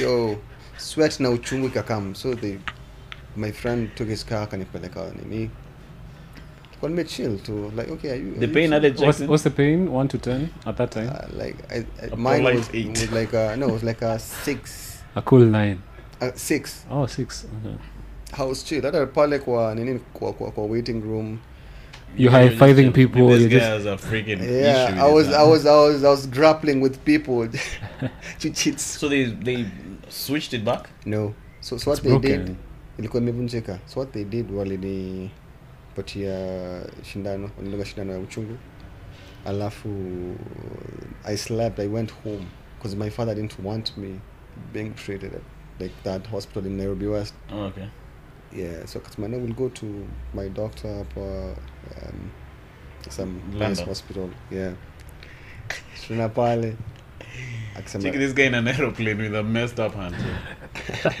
B: yo sweat na uchungu ikakam so they my friend took his car akanipeleka nini kwa nime chill to like okay are you, are
A: The
B: you
A: pain
B: chill?
A: added
C: What's,
A: Jackson.
C: what's the pain? One to ten at that time?
B: uh, like I, I, mine
A: polite
B: was,
A: eight.
B: was like a, no it was like a six
C: A cool nine.
B: uh, six
C: Oh, six. Okay.
B: house chill hata pale kwa nini kwa, kwa, kwa waiting room
C: You're high fiving people.
A: This
C: You're
A: guy
C: just
A: has a freaking issue.
B: yeah
A: with
B: I was,
A: his
B: I
A: hand.
B: was I was I was grappling with people (laughs) chichits
A: So they they switched it back.
B: no so, so what
C: it's
B: they
C: broken.
B: did ilikuwa imevunjika so what they did walinipatia shindano walidunga shindano ya uchungu alafu i slept i went home because my father didn't want me being treated at like that hospital in nairobi west
A: Oh, okay.
B: yeah so kasmana will go to my doctor up uh, um, some nice
A: London.
B: hospital yeah tuna pale akisema
A: Check this guy in an (laughs) aeroplane with a messed up hand.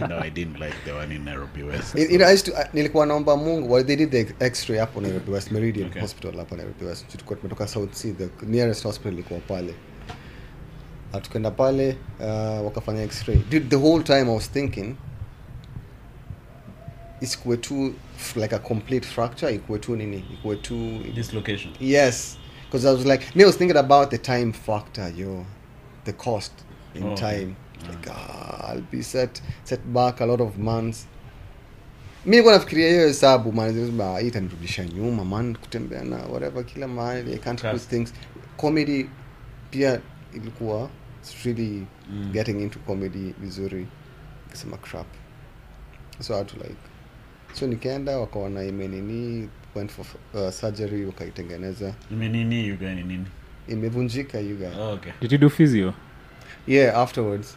B: (laughs)
A: no, I didn't like the one in Nairobi West.
B: You- you know, I used to, uh, nilikuwa naomba mungu well, they did the x-ray hapo nairobi west meridian
A: Okay.
B: hospital hapo nairobi west tulikuwa tumetoka south sea the nearest hospital ilikuwa pale Na tukaenda pale uh, wakafanya x-ray Dude, the whole time i was thinking isikuwe tu f- like a complete fracture ikuwe tu nini ikuwe tu
A: Dislocation.
B: yes because i was like me was thinking about the time factor yo the cost in
A: Oh, okay.
B: time like ah, i'll be set set back a lot of months mi nikuwa nafikiria hiyo hesabu man zilizobaa, hii itanirudisha nyuma man kutembea na whatever kila mahali i can't do
A: Trust.
B: things comedy pia ilikuwa it's really
A: Mm.
B: getting into comedy vizuri kasema crap so I had to like so nikaenda wakaona imenini went for uh, surgery wakaitengeneza
A: Menini, you guy, nini?
B: imevunjika you guys
A: Oh, okay.
C: Did you do physio?
B: yeah afterwards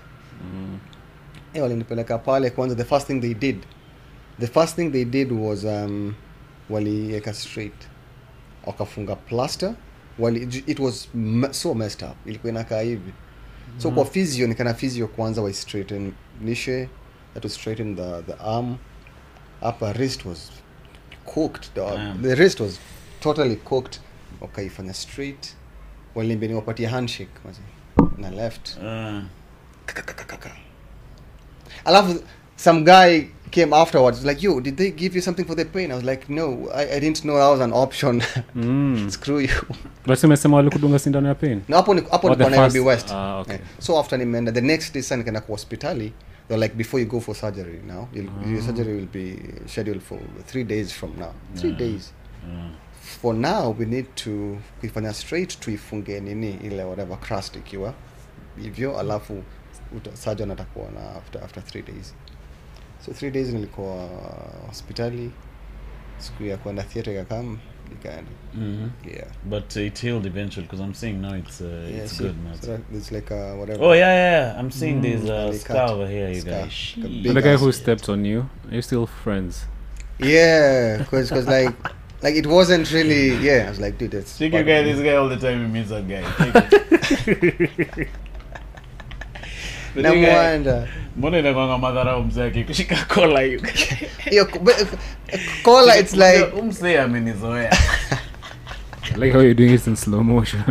B: eh, walinipeleka pale kwanza the first thing they did the first thing they did was um, waliweka straight wakafunga plaster wali, it was me- so messed up ilikuwa inakaa hivi so kwa physio nikana physio kwanza wa straighten nishe that to straighten the, the arm upper wrist was cooked dog.
A: Damn.
B: the wrist was totally cooked wakaifanya straight waliniambia niwapatie handshake mazi, na left
A: Uh,
B: alafu some guy came afterwards like yo did they give you something for the pain i was like no i, I didn't know that was an option (laughs)
C: Mm.
B: screw you
C: But umesema walikudunga sindano ya pain?
B: na hapo ni- hapo
C: Or the
B: nilikuwa nairobi
C: first-
B: west
C: ah, okay.
B: Yeah. so after nimeenda the next day sana nikaenda kwa hospitali they're like before you go for surgery now you'll, your surgery
C: Ah.
B: will be scheduled for three days from now three days
A: uh,
B: for now we need to kuifanya straight tuifunge nini ile whatever crust ikiwa hivyo alafu uta- surgeon atakuwa na after, after three days so three days nilikuwa hospitali siku ya kwenda theatre ikakam nikaenda
A: mhm.
B: yeah.
A: But it healed eventually because I'm seeing now it's uh,
B: Yeah,
A: it's
B: see,
A: good now.
B: so it's like a whatever
A: Oh yeah, yeah, yeah. I'm seeing this uh,
B: They
A: scar
B: cut.
A: over here, you
B: Scar.
A: guys.
B: Like a
A: Sheesh.
B: big
C: the guy
B: ass-
C: who stepped on you, are you still friends?
B: yeah because like like it wasn't really yeah i was like dude that's
A: Check
B: part
A: you
B: of
A: guy,
B: me.
A: this guy all the time. He meets that guy. Check
B: (laughs)
A: it. But you guy-
B: namwanda
A: mbona inakwanga madharau mzee akikushika kola hiyo
B: hiyo kola uh, it's like
A: Huyu mzee
B: (laughs)
A: amenizoea
C: I like how you're doing it in
A: (laughs)
C: slow motion.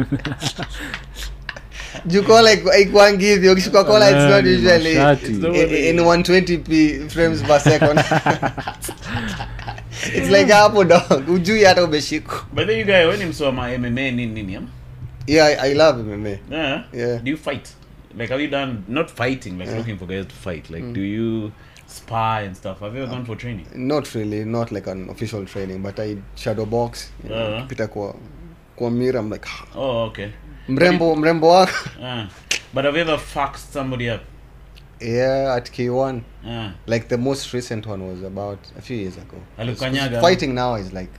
B: jukola ikwangi hivyo ukishika kola
C: (laughs)
B: it's
C: Ah,
B: not
C: ni
B: usually
C: mashati.
A: It's the way-
B: i- in 120p frames per
C: (laughs)
B: second it's like hapo dog ujui hata umeshikwa
A: by the way, you guy wewe ni msee wa ma- MMA nini nini am?
B: yeah I, i love mma
A: yeah.
B: Yeah.
A: do you fight like have you done not fighting like looking for guys to fight
B: Mm.
A: like do you spar and stuff have you ever gone for training
B: not really not like an official training but i shadow box you know,
A: Uh-huh.
B: kupita kwa kwa mira I'm like "Ah,
A: oh okay
B: mrembo mrembo wako (laughs)
A: Ah. but have you ever fucked somebody up
B: yeah at k1
A: Ah.
B: like the most recent one was about a few years ago
A: Alikanyaga.
B: fighting now is like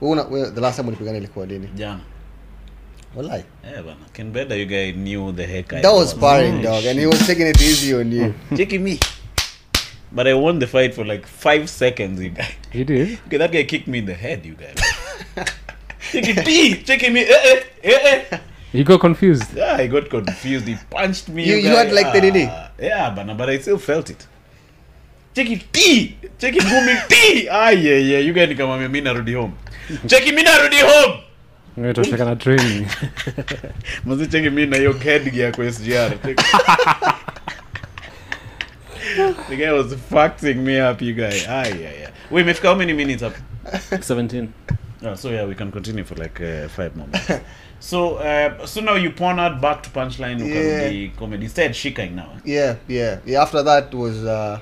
B: wewe una- wewe- the last time ulipigana ilikuwa lini
A: jana
B: wallahi
A: eh bana ken beda you guy knew the heck I
B: That was
A: was Hmm.
B: sparring, dog, and he was taking it easy on you.
A: checking me But I won the fight for like five seconds, you guys. (laughs)
C: You did?
A: Okay, that guy kicked me in the head, you
B: (laughs)
A: guys. Check it, D, checking me. Eh, eh, eh, eh.
C: You got confused.
A: Yeah, I got confused. He punched me.
B: You- you
A: guy.
B: had like that, didn't you?
A: Ah, Yeah, but, but I still felt it. Check it, T. Check it, booming T. Ah, yeah, yeah. You guys come on, me narudi home. Check it, me narudi home.
C: Umetosheka na training. (laughs)
A: mazicheki mi na hiyo kedi ya kwa SGR. (laughs) the guy was fucking me up you guy ah, yeah, yeah. Wait, imefika how many minutes up
C: 17.
A: oh, so yeah we can continue for like uh, five more
B: (laughs)
A: minutes. so uh, so now you pondered back to punchline ukarudi comedy instead shikaing now
B: Yeah, yeah. yeah after that was uh,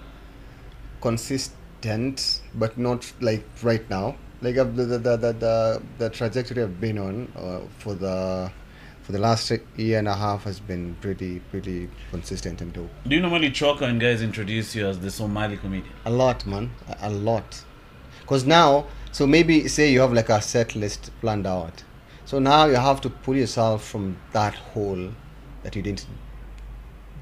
B: consistent, but not like right now. Like uh, the, the, the, the, the, the trajectory I've been on uh, for the for the last year and a half has been pretty pretty consistent and dope.
A: do you normally choke when guys introduce you as the Somali comedian
B: A lot, man. A- A lot. Because now, so maybe say you have like a set list planned out. So now you have to pull yourself from that hole that you didn't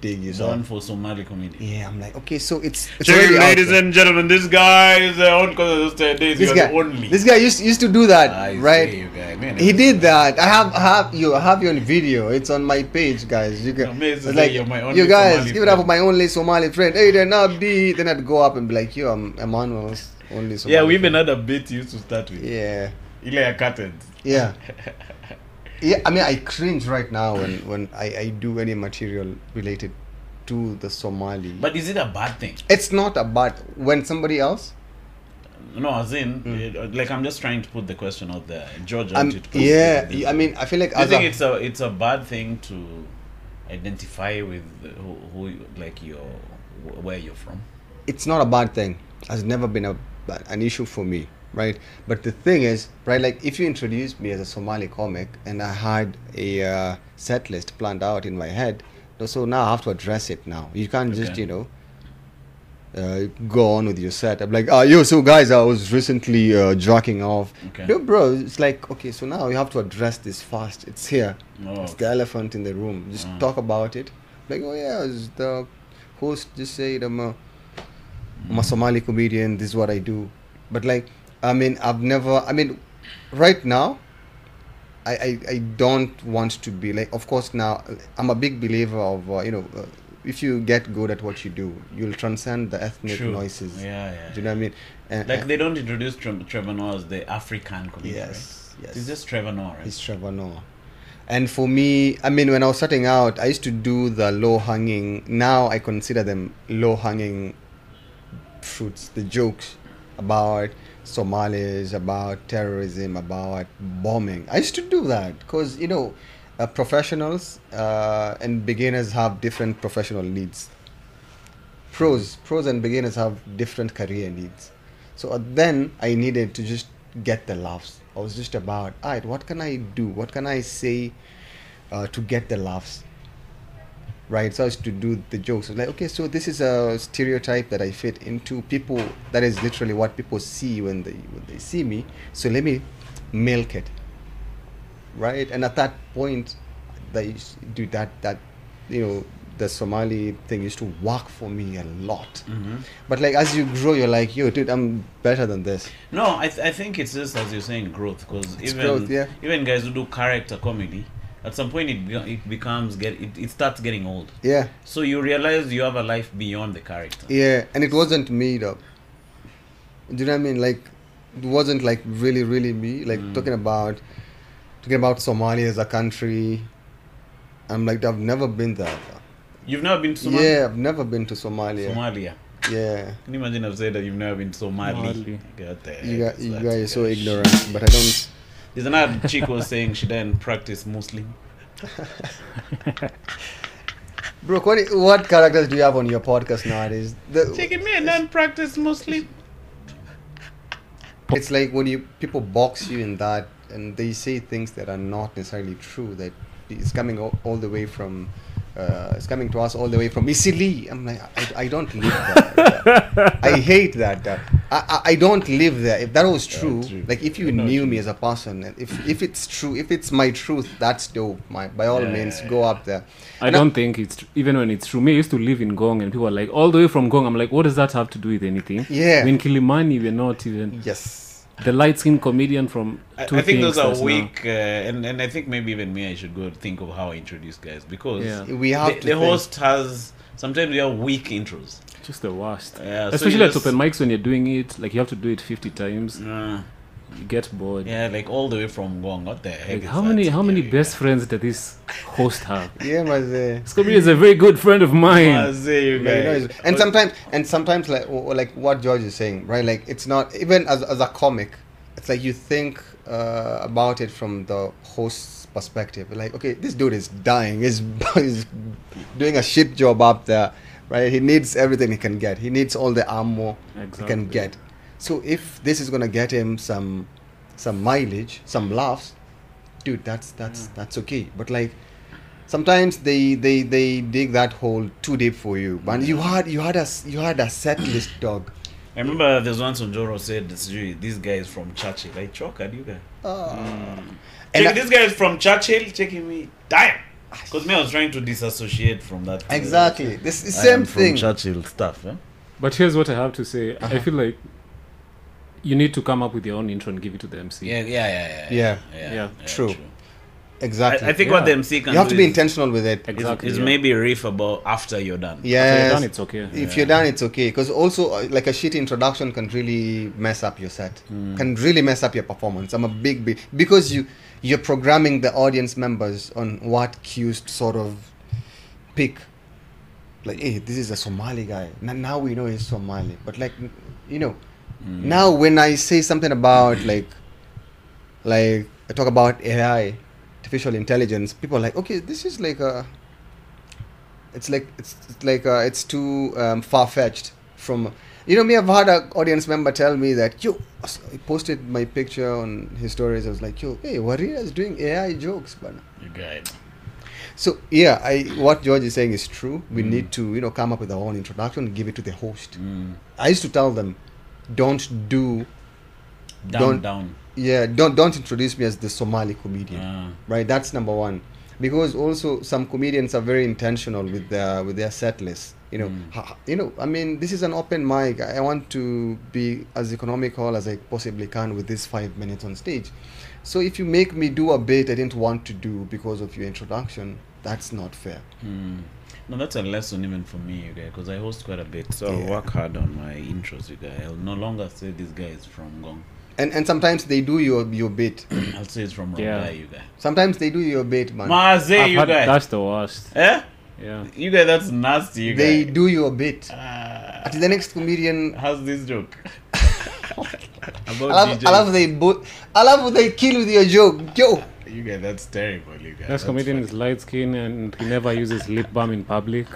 B: dig
A: done
B: yourself.
A: for Somali comedian
B: Yeah, I'm like, okay, so it's. it's
A: Check it,
B: already out
A: ladies
B: there.
A: and gentlemen this guy is the on because days
B: this
A: you are
B: guy,
A: the only
B: this guy used, used to do that,
A: I
B: right?
A: see you guy. Man,
B: He did that. I have I have you I have you on video. It's on my page, guys. You can
A: Amazing
B: it's
A: that you're my only
B: you guys
A: Somali
B: give it up
A: friend.
B: for my only Somali friend. Hey, then Abdi. Then I'd go up and be like, yo, I'm Emmanuel's only Somali.
A: yeah we even
B: friend.
A: had a bit used to start with
B: Yeah,
A: ile ya curtains
B: yeah, (laughs) yeah. I mean, I cringe right now when when I, I do any material related to the Somali.
A: But is it a bad thing?
B: it's not about when somebody else.
A: No, as in, uh, like I'm just trying to put the question out there. George,
B: Hmm. I'm,
A: wanted to put
B: yeah,
A: it this
B: I
A: way.
B: mean, I feel like
A: do you
B: other-
A: think it's a it's a bad thing to identify with who, who you- like your wh- where you're from?
B: it's not a bad thing. Has never been a an issue for me, right? But the thing is, right? Like if you introduced me as a Somali comic and I had a uh, set list planned out in my head, no- so now I have to address it. Now you can't just
A: Okay.
B: you know. Uh, go on with your set. I'm like, ah, yo, so guys, I was recently uh, jacking off.
A: Okay.
B: No, bro, it's like, okay, so now you have to address this fast. It's here.
A: Oh,
B: it's
A: okay.
B: the elephant in the room. Just
A: Mm.
B: talk about it. Like, oh yeah, it's the host just said I'm a, I'm a
A: Mm.
B: Somali comedian. This is what I do. But like, I mean, I've never. I mean, right now, I I, I don't want to be like. Of course, now I'm a big believer of uh, you know. Uh, if you get good at what you do, you'll transcend the ethnic
A: True.
B: noises.
A: Yeah, yeah.
B: Do you know what I mean? And,
A: Like
B: and-
A: they don't introduce Tre- Trevor Noah as the African comedian.
B: yes,
A: right?
B: yes.
A: It's just Trevor Noah, right?
B: It's Trevor Noah. And for me, I mean, when I was starting out, I used to do the low hanging. Now I consider them low hanging fruits, the jokes about Somalis, about terrorism, about bombing. I used to do that because, you know, uh, professionals uh, and beginners have different professional needs pros pros and beginners have different career needs so uh, then i needed to just get the laughs i was just about all right what can i do what can i say uh, to get the laughs right so i used to do the jokes I was like okay so this is a stereotype that i fit into people that is literally what people see when they when they see me so let me milk it right and at that point that used to do that that you know the somali thing used to work for me a lot
A: Mhm.
B: but like as you grow you're like yo dude i'm better than this
A: No, I, th- I think it's just as you're saying growth because
B: It's
A: even
B: growth, yeah.
A: even guys who do character comedy, at some point it be- it becomes get it, it starts getting old.
B: yeah
A: So you realize you have a life beyond the character.
B: yeah and it wasn't me though do you know what i mean like it wasn't like really really me like talking about talking about somalia as a country i'm like i've never been there though.
A: You've never been to Somalia.
B: yeah i've never been to somalia
A: Somalia.
B: yeah
A: Can you imagine I've said that you've never been to Somali?
C: Mali.
A: God, the
B: you
A: heck
B: guys,
A: is
B: you
A: that,
B: guys are so
A: guys?
B: ignorant but i don't
A: There's another chick was saying she didn't practice Muslim.
B: Brooke, what, what characters do you have on your podcast nowadays? The,
A: Chicken me and then practice Muslim.
B: it's like when you people box you in that, and they say things that are not necessarily true. That it's coming all, all the way from uh, it's coming to us all the way from Isili. I'm like, I, I don't live
A: (laughs)
B: there. I hate that. uh, I, I, I don't live there. If that was true,
A: true.
B: like if you
A: I know
B: knew
A: what you
B: me as a person, and if if it's true, if it's my truth, that's dope. My by all
A: Yeah,
B: means,
A: yeah,
B: go up there.
C: I
B: And I-
C: don't think it's tr- even when it's true. Me, I used to live in Gong, and people are like, all the way from Gong. I'm like, what does that have to do with anything?
B: Yeah.
C: In Kilimani, we're not even
B: Yes.
C: the light-skinned comedian from.
A: I,
C: Two
A: I think
C: Things
A: those are
C: that's now-
A: weak, uh, and and I think maybe even me, I should go think of how I introduce guys because
C: Yeah.
B: We have
A: the,
B: to
A: the
B: think.
A: host has sometimes we have weak intros.
C: Just the worst.
A: Yeah, so
C: Especially
A: you
C: at
A: just-
C: open mics when you're doing it, like you have to do it 50 times.
A: Uh,
C: You get bored.
A: yeah, like all the way from Gong. What the heck?
C: Like,
A: is
C: how
A: that?
C: many how many
A: Yeah,
C: best friends did this host
A: (laughs)
C: have?
B: Yeah, maze.
C: Scooby is a very good friend of
A: yeah.
C: mine.
A: Mazee, you
B: Yeah, you know,
A: guys.
B: it's- and sometimes and sometimes like or, or like what george is saying right like it's not even as, as a comic it's like you think uh, about it from the host's perspective like okay this dude is dying he's, (laughs) he's doing a shit job up there right he needs everything he can get he needs all the ammo he
C: Exactly.
B: can get so if this is gonna get him some some mileage some laughs dude that's that's that's okay but like sometimes they they they dig that hole too deep for you man you had you had a s- you had a set list dog
A: I remember there's once Onjoro said, "Sijui, "This guy is from Churchill." I choke at you guys.
B: and
A: Check,
B: I-
A: this guy is from Churchill. Checking me, damn. Because me, I was trying to disassociate from that. uh,
B: exactly this is
A: I
B: same
A: am from
B: thing
A: Churchill stuff. Eh?
C: But here's what I have to say.
A: Uh-huh.
C: I feel like you need to come up with your own intro and give it to the MC.
A: Yeah, yeah, yeah, yeah,
B: Yeah.
C: Yeah,
B: true.
A: I,
B: exactly
A: I think
C: Yeah.
A: what the MC can
B: you have
A: do
B: to be
A: is,
B: intentional with it
A: is,
C: Exactly,
A: is
C: yeah.
A: maybe riff about after you're done.
C: After you're
B: yes
C: done, it's okay.
B: if you're done it's okay because also uh, like a shitty introduction can really mess up your set
C: Hmm.
B: can really mess up your performance i'm a big big because you you're programming the audience members on what cues to sort of pick like hey this is a somali guy N- now we know he's somali but like n- you know
C: Hmm.
B: now when i say something about (clears throat) like like i talk about ai artificial intelligence people are like okay this is like a it's like it's, it's like uh, it's too um, far fetched from you know me. I've had an audience member tell me that yo, I posted my picture on his stories. I was like yo, hey, Waria is doing AI jokes, but
A: You guys.
B: so yeah, I what George is saying is true. We need to you know come up with our own introduction, give it to the host.
A: Mm.
B: I used to tell them, don't do
A: Down,
B: Don't-
A: down.
B: yeah, don't don't introduce me as the Somali comedian.
A: Ah.
B: right that's number one because also some comedians are very intentional with their with their set list you know ha- you know i mean this is an open mic i I want to be as economical as i possibly can with these five minutes on stage so if you make me do a bit i didn't want to do because of your introduction that's not fair
A: Mm. No, that's a lesson even for me, you guys, because I host quite a bit. So I
B: Yeah.
A: work hard on my intros, you guys. I'll no longer say this guy is from Gong. (clears throat)
B: and and sometimes they do your your bit
A: I'll say it's from Rondai,
C: Yeah.
A: you guys.
B: sometimes they do your bit man
A: Maze,
C: I've
A: you
C: had-
A: guys.
C: that's the worst.
A: Eh?
C: Yeah.
A: You guys, that's nasty, you
B: they
A: guys.
B: do your bit
A: Ah,
B: at the next comedian
A: how's this
B: (laughs)
A: joke? (laughs)
B: I
A: About
B: love,
A: DJ.
B: I love they bo- I love how they kill with your joke. Yo,
A: You guys, that's terrible, you guys.
C: This comedian is light skinned and he never uses lip balm in public.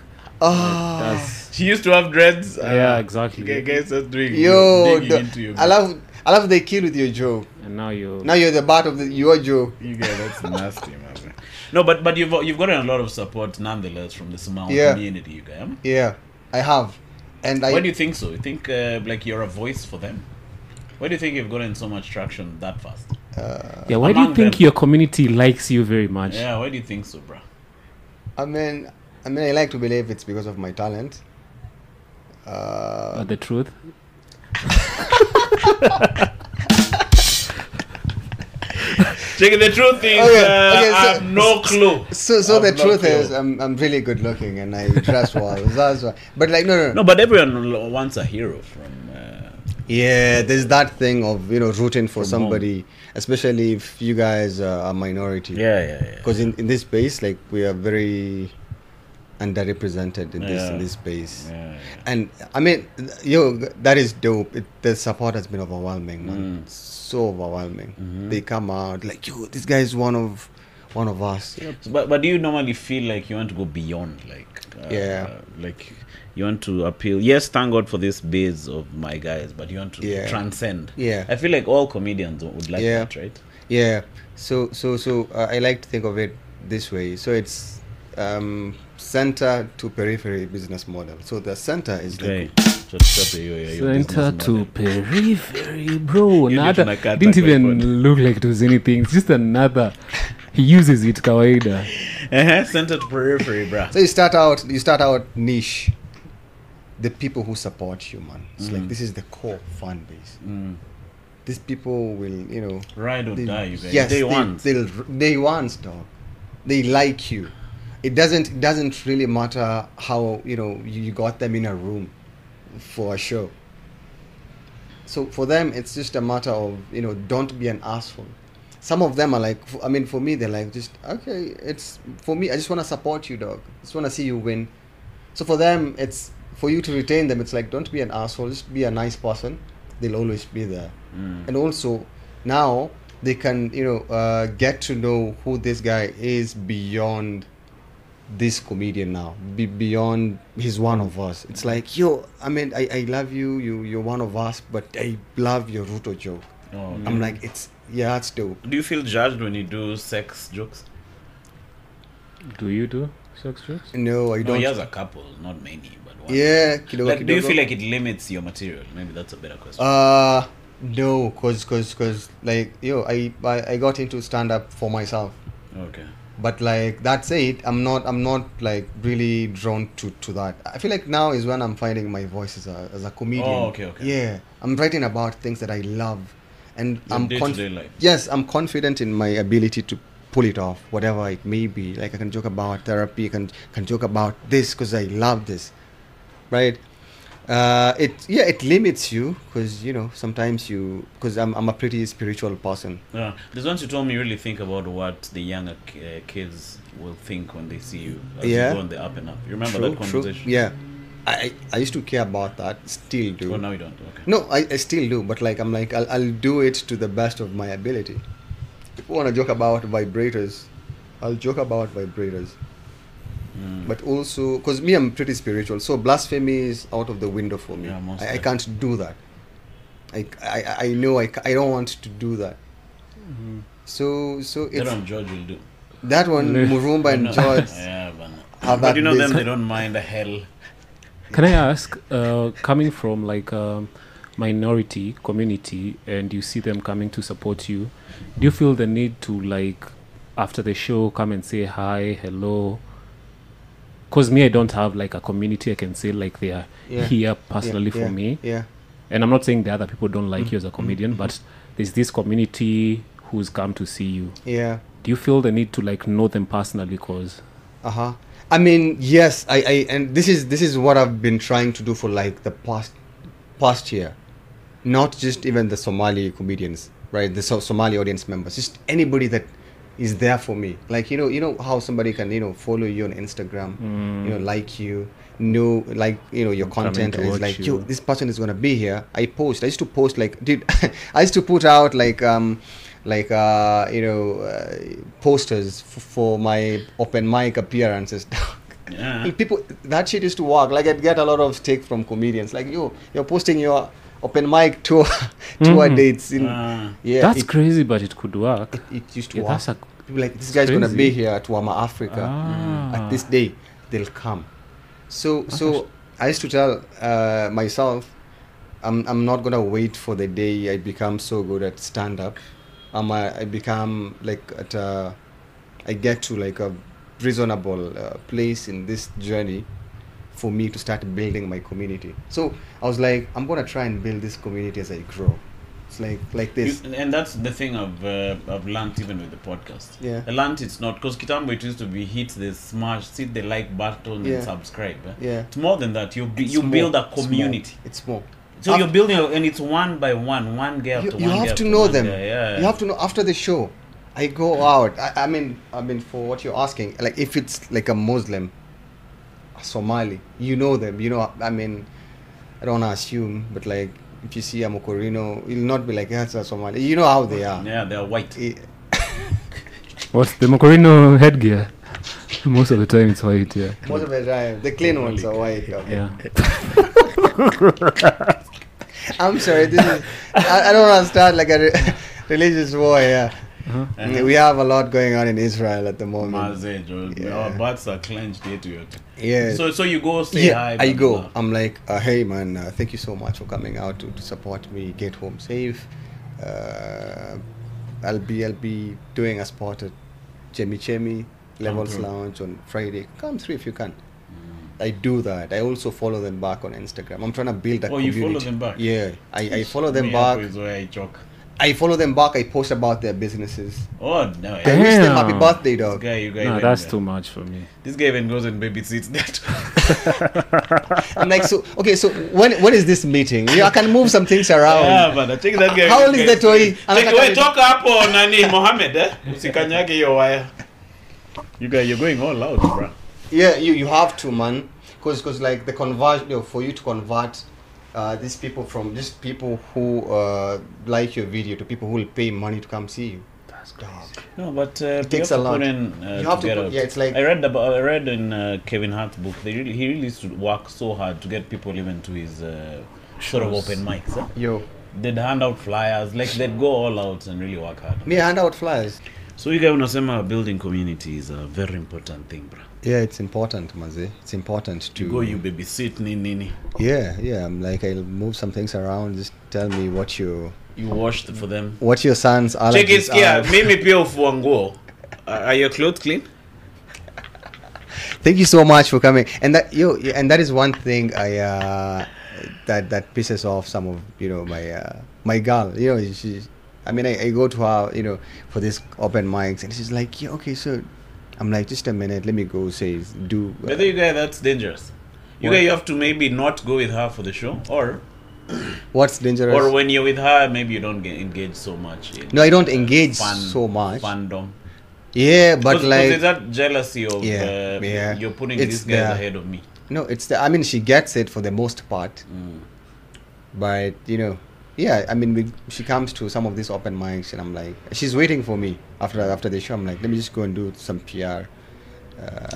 B: ah,
C: That's
A: She used to have dreads. uh,
C: Yeah, exactly.
A: You guys are doing
B: Yo,
A: digging
B: the-
A: into your
B: I love I love they kill with your joke.
C: and now you
B: Now you're the butt of the, your joke.
A: You guys, that's nasty, man. No, but but you've you've gotten a lot of support nonetheless from the Somali
B: Yeah.
A: community, you guys.
B: Yeah, I have, and I
A: Why do you think so? You think uh, like you're a voice for them? Why do you think you've gotten so much traction that fast?
C: Yeah, why do you
A: among
C: think
A: them.
C: your community likes you very much?
A: Yeah, why do you think so, bruh?
B: I mean I mean I like to believe it's because of my talent. Uh,
C: But the truth?
A: Check the truth is,
B: Okay,
A: uh, I
B: okay, so-
A: have no clue.
B: so so
A: I've
B: the
A: not
B: truth is
A: failed.
B: I'm, I'm really good looking and I
A: (laughs)
B: dress well. That's why. But like no no,
A: No, but everyone l- wants a hero from. Uh,
B: Yeah, there's that thing of you know rooting for
A: From
B: somebody, especially if you guys uh, are minority.
A: yeah, yeah, yeah.
B: because in, in this space like we are very underrepresented in this in
A: Yeah.
B: this space
A: yeah, yeah.
B: and i mean th- yo that is dope it, the support has been overwhelming man so overwhelming they come out like yo this guy is one of one of us You know,
A: But but do you normally feel like you want to go beyond, like uh,
B: Yeah.
A: like you want to appeal? Yes, thank God for this base of my guys, but you want to
B: Yeah.
A: transcend.
B: Yeah.
A: I feel like all comedians would like
B: Yeah.
A: that, right?
B: yeah so so so uh, i like to think of it this way so it's um, center to periphery business model. So the center is
A: Hey,
B: the
A: chochote hiyo ya hiyo
C: Center
A: business
C: to
A: model.
C: periphery, bro.
A: ndio
C: Nada,
A: tunakata
C: didn't
A: kwa
C: even
A: iPhone.
C: look like it was anything. It's just another. He uses it kawaida.
A: Ehe, Uh-huh, center to periphery bra
B: So you start out you start out niche. The people who support you, man. It's like this is the core fan base.
A: Mm.
B: These people will, you know,
A: ride or
B: they,
A: die you guys
B: yes,
A: day
B: they,
A: one
B: They'll, they want dog. They like you. It doesn't it doesn't really matter how you know you, you got them in a room for a show. So for them, it's just a matter of you know don't be an asshole. Some of them are like, f- I mean, for me, they're like just okay. It's for me. I just want to support you, dog. Just want to see you win. So for them, it's for you to retain them. It's like don't be an asshole. Just be a nice person. They'll always be there
A: Mm.
B: and also now they can you know uh, get to know who this guy is beyond this comedian now be beyond he's one of us it's like yo i mean i, I love you you you're one of us but i love your ruto joke
A: Oh, okay.
B: i'm like it's yeah that's dope
A: do you feel judged when you do sex jokes
C: Do you do sex jokes?
B: no i
A: no
B: don't
A: Oh, he has a couple not many but one
B: yeah kidogo,
A: like, do you
B: kidogo.
A: feel like it limits your material maybe that's a better question
B: uh no cause cause cause like yo i i, I got into stand up for myself Uh,
A: okay
B: but like that's it i'm not i'm not like really drawn to to that i feel like now is when i'm finding my voice as a, as a comedian
A: Oh, okay, okay.
B: yeah i'm writing about things that i love and
A: Your
B: i'm
A: day-to-day life.
B: yes i'm confident in my ability to pull it off whatever it may be like i can joke about therapy I can can joke about this because i love this right uh, it yeah it limits you because you know sometimes you because I'm, I'm a pretty spiritual person
A: Yeah. There's once you told me you really think about what the younger ki- uh, kids will think when they see you as
B: Yeah.
A: you go on the up and up. You remember that conversation?
B: Yeah, I I I used to care about that. Still do.
A: Well, now Oh, you don't. Okay.
B: No, I, I still do, but like I'm like I'll, I'll do it to the best of my ability. If I want to joke about vibrators, I'll joke about vibrators.
A: Hmm.
B: But also, because me, I'm pretty spiritual, so blasphemy is out of the window for me.
A: Yeah, most
B: I, I
A: def-
B: can't do that. I, I, I know I, ca- I don't want to do that. So so
A: Mm-hmm. They
B: it's
A: don't judge will do.
B: that
C: (laughs)
B: one Murumba and
A: No.
B: George.
A: (laughs) yeah, but, no. but
B: have that
A: you know them,
B: business.
A: they don't mind the hell.
C: Can I ask, uh, coming from like a minority community and you see them coming to support you, do you feel the need to like after the show come and say hi, hello? Because me, I don't have like a community I can say like they are
B: Yeah.
C: here
B: Yeah,
C: personally for
B: yeah,
C: me.
B: Yeah.
C: And I'm not saying the other people don't like you as a comedian, but there's this community who's come to see you.
B: Yeah.
C: Do you feel the need to like know them personally? Because
B: uh-huh i mean yes I, I and this is this is what i've been trying to do for like the past past year not just even the somali comedians right the so- somali audience members just anybody that is there for me like you know you know how somebody can you know follow you on instagram you know like you know like you know your
C: Mm. Coming
B: content
C: to
B: is
C: watch
B: like
C: you.
B: yo this person is gonna be here i post i used to post like dude (laughs) i used to put out like um like uh you know uh, posters f- for my open mic appearances (laughs)
A: Yeah.
B: And people that shit used to work like i'd get a lot of take from comedians like yo you're posting your open mic tour (laughs) tour
C: Mhm.
B: dates in
A: Ah.
B: yeah
C: that's
B: it,
C: crazy, but it could work.
B: it, it used to
C: Yeah,
B: work
C: that's a
B: people like this guy's gonna
C: crazy.
B: be here at wama africa
C: Ah.
B: at this day they'll come so so i used to tell uh, myself I'm, I'm not gonna wait for the day i become so good at stand-up um, I, I become like at a, i get to like a reasonable uh, place in this journey for me to start building my community so i was like i'm gonna try and build this community as i grow it's like like this
A: You- and that's the thing I've uh, I've learnt even with the podcast.
B: Yeah.
A: I learnt it's not because Kitambo it used to be hit the smash, hit the like button
B: Yeah.
A: and subscribe. eh?
B: yeah
A: It's more than that. You bu-
B: It's
A: you
B: small,
A: build a
B: it's small,
A: community.
B: it's more
A: So
B: Af-
A: you're building, a- and it's one by one, one guy
B: you,
A: after
B: you
A: one guy
B: have to
A: after
B: know
A: one
B: them
A: guy, yeah.
B: you have to know after the show i go out I, I mean i mean for what you're asking like if it's like a muslim a somali you know them you know i mean i don't want to assume but like if you see a mokorino you'll not be like that's a somali you know how they are
A: Yeah, they're white.
B: I-
C: What's the Macorino headgear? (laughs) Most of the time it's white, yeah.
B: most of the time the clean ones are white
C: Yeah.
B: i'm sorry this is i, I don't want to start like a re- (laughs) religious war yeah
A: Uh-huh.
B: We have a lot going on in Israel at the moment.
A: Mazee, Joel. Our butts are clenched yetu yote.
B: Yeah.
A: So so you go say
B: yeah,
A: hi.
B: I
A: blah,
B: go.
A: blah.
B: I'm like, uh, hey man, uh, thank you so much for coming out to, to support me. Get home safe. Uh, I'll be I'll be doing a spot at Chemi Chemi Levels
A: through. Mm.
B: Lounge on Friday. Come through if you can. I do that. I also follow them back on Instagram. I'm trying to build a
A: Oh, you
B: community.
A: follow them back?
B: Yeah, I, I follow them
A: Me hapo
B: back.
A: is where I choke.
B: I follow them back. I post about their businesses.
A: Oh no.
B: I
A: eh,
C: Damn.
B: wish them happy birthday,
A: This
B: dog.
A: guy, you guy
C: Nah,
A: even-
C: that's too much for me.
A: This guy even goes and babysits
B: (laughs)
A: that.
B: I'm like, so okay, so when when is this meeting? Yeah, I can move some things around.
A: Yeah, bana, check that guy.
B: How old is that toy?
A: Check,
B: Anataka-
A: wewe toka hapo nani Mohammed eh? Usikanyage hiyo waya. You guys you're going all out, bro.
B: Yeah, you, you have to, man. Because like the convert, you know, for you to convert uh, these people from just people who uh, like your video to people who will pay money to come see you.
C: That's
A: No, but uh,
B: It takes
A: you have
B: a
A: To
B: lot.
A: put in, uh,
B: You have to
A: get
B: put-
A: out.
B: yeah, it's like-
A: I read about I read in uh, Kevin Hart's book. They really, he really used to work so hard to get people even to his uh, sort of
C: Shows.
A: open mics. Huh?
B: Yo,
A: They'd hand out flyers, like they'd go all out and really work hard.
B: me I hand out flyers.
A: So you guys unasema building community is a very important thing, bro.
B: Yeah, it's important, Mazi. It's important to
A: You go, you babysit, nini, nini.
B: Yeah, yeah. I'm like I'll move some things around. Just tell me what your
A: You wash the- for them.
B: what your son's
A: Check it,
B: allergies
A: skia.
B: are.
A: Mimi pia ufua nguo. Are are your clothes clean?
B: Thank you so much for coming. And that yo, and that is one thing I uh, that that pisses off some of you know my uh, my girl. You know, she. I mean, I, I go to her, you know, for this open mics, and she's like, "Yeah, okay, so." I'm like, "Just a minute, let me go." Say, do. uh,
A: Whether you guys, that's dangerous. You
B: What?
A: guys, you have to maybe not go with her for the show, or
B: what's dangerous?
A: or when you're with her, maybe you don't get engage so much. In
B: no, I don't engage
A: fun-
B: so much.
A: Fandom,
B: Yeah, but
A: Because- because there's
B: like,
A: that jealousy of
B: Yeah,
A: uh,
B: yeah.
A: you're putting
B: It's
A: these guys
B: there.
A: ahead of me.
B: no, it's the. I mean, she gets it for the most part, but you know, yeah. I mean, we, she comes to some of these open mics, and I'm like, she's waiting for me after after the show. I'm like, let me just go and do some PR.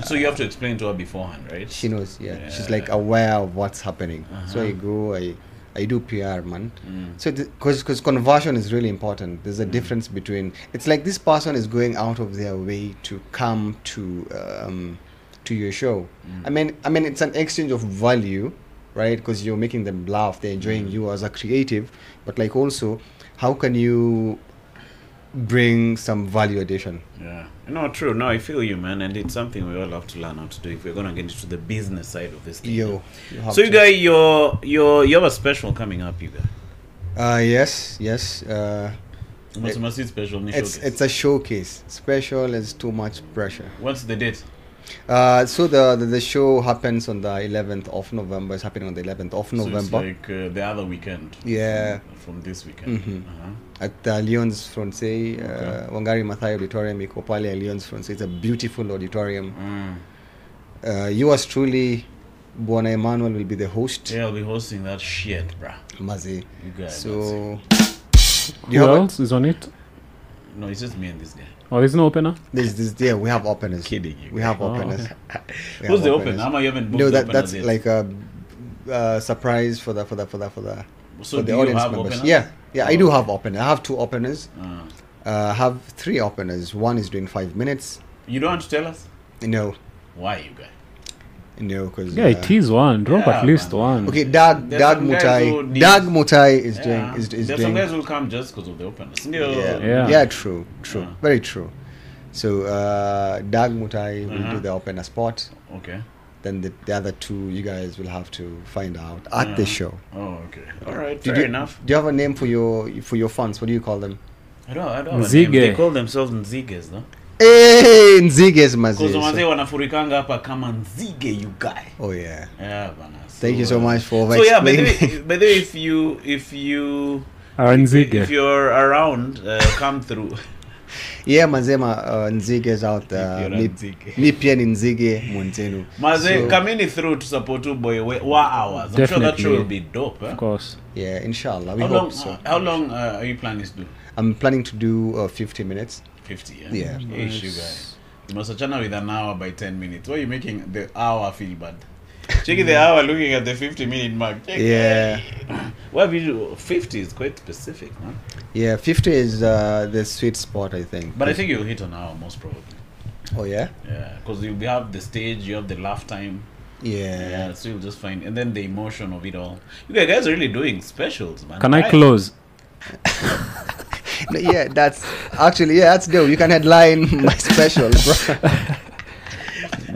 A: so you have to explain to her beforehand, right?
B: Uh, She knows, yeah. She's
A: Yeah. Uh-huh.
B: like aware of what's happening. So I go, I, I do PR, man.
A: Mm.
B: So because because conversion is really important. There's a difference between it's like this person is going out of their way to come to um, to your show.
A: Mm.
B: I mean, I mean, it's an exchange of value, right? Because you're making them laugh. They're enjoying
A: Mm.
B: you as a creative, but like also, how can you bring some value addition?
A: Yeah. No, true. No, I feel you, man, and it's something we all have to learn how to do if we're gonna get into the business side of this thing.
B: Yo, you have
A: so you
B: to-
A: guys, your your you have a special coming up, you guys.
B: Uh, yes, yes. Uh,
A: You must, must see special. ni
B: It's
A: showcase.
B: it's a showcase. Special is too much pressure.
A: What's the date?
B: Uh, so the, the the show happens on the 11th of November. It's happening on the 11th of
A: So
B: November
A: it's like uh, the other weekend.
B: Yeah.
A: From, from this weekend.
B: Mhm.
A: Uh-huh.
B: at the Lyons Francais,
A: Okay.
B: uh, Wangari Maathai Auditorium, iko pale Lyons Francais. It's a beautiful auditorium.
A: Mm.
B: Uh, yours truly, Buona Emmanuel will be the host.
A: Yeah, I'll be hosting that shit, bruh.
B: Mazi.
A: You guys. that's
B: So
C: Who
B: you have a-
C: else is on it?
A: it. No, it's just me and this guy.
C: Oh, there's no opener.
B: there's this yeah we have openers.
A: Kidding you.
B: We have
A: (laughs)
C: Oh.
B: openers. We
A: Who's
B: have
A: the
B: openers.
A: open? Ama, you haven't booked
B: No,
A: the
B: that
A: opener
B: that's
A: yet.
B: like a uh, surprise for the for the for the for the
A: So
B: for
A: do
B: the
A: you
B: audience
A: have
B: members.
A: openers?
B: Yeah, yeah, I
A: Oh,
B: do
A: okay.
B: have openers. I have two openers.
A: Uh,
B: Uh, I have three openers. One is doing five minutes.
A: you don't want to tell us?
B: No,
A: Why, you guys?
B: no, because
C: Yeah, it is one. Drop
A: Yeah,
C: at least
A: man.
C: one.
B: uh, Okay, Doug
A: There's
B: Doug
A: some guys who
B: Mutai
A: need-
B: Doug Mutai is doing is, is
A: There's some
B: doing
A: guys who come just because of the openness.
B: yeah.
C: Yeah.
B: yeah true true
A: Yeah.
B: very true. So uh, Doug Mutai will
A: Uh-huh.
B: do the opener spot.
A: Okay.
B: Then the, the other two you guys will have to find out at the
A: Yeah.
B: show.
A: Oh, okay. All right.
B: Did
A: Fair
B: you,
A: enough.
B: Do you have a name for your for your fans? What do you call them?
A: I don't. I don't. have a
C: Nzige.
A: name. They call themselves nziges, no?
B: Hey, nziges mazee.
A: Because wazee
B: So-
A: wanafurikanga hapa kama nzige, you guys.
B: Oh yeah.
A: Yeah, bana.
B: Thank you so
A: uh,
B: much for
A: So yeah, by the,
B: explaining.
A: way, by the way, if you if you
C: Aranzige.
A: if you're around, uh, come through.
B: (laughs) yeah, mazema uh, nzige is out there.
A: If you're a
B: Mi-
A: nzige.
B: Mi pia ni nzige mwenzenu.
A: Maze,
B: Uh, So,
A: come in through to support you, boy. wa- Wa hours. I'm sure that show
C: Definitely.
A: will be dope. eh?
C: Of course.
B: yeah, inshallah. We
A: How
B: hope
A: long?
B: so.
A: how long uh, are you planning to do?
B: I'm planning to do uh, 50 minutes.
A: Fifty. Yeah.
B: Yeah.
A: Hey, you guys. You must achana with an hour by ten minutes. Why are you making the hour feel bad? Check the hour looking at the fifty minute mark. Check
B: Yeah.
A: Well, we- 50 is quite specific, man.
B: Yeah, 50 is uh, the sweet spot, I think.
A: But I think you'll hit an hour most probably.
B: Oh, yeah?
A: Yeah, because you have the stage, you have the laugh time.
B: Yeah.
A: Yeah, so you'll just find, and then the emotion of it all. You guys- guys are really doing specials, man.
C: Can I close?
B: No, yeah, that's actually, yeah, that's dope. You can headline (laughs) my
A: (laughs)
B: special, bro.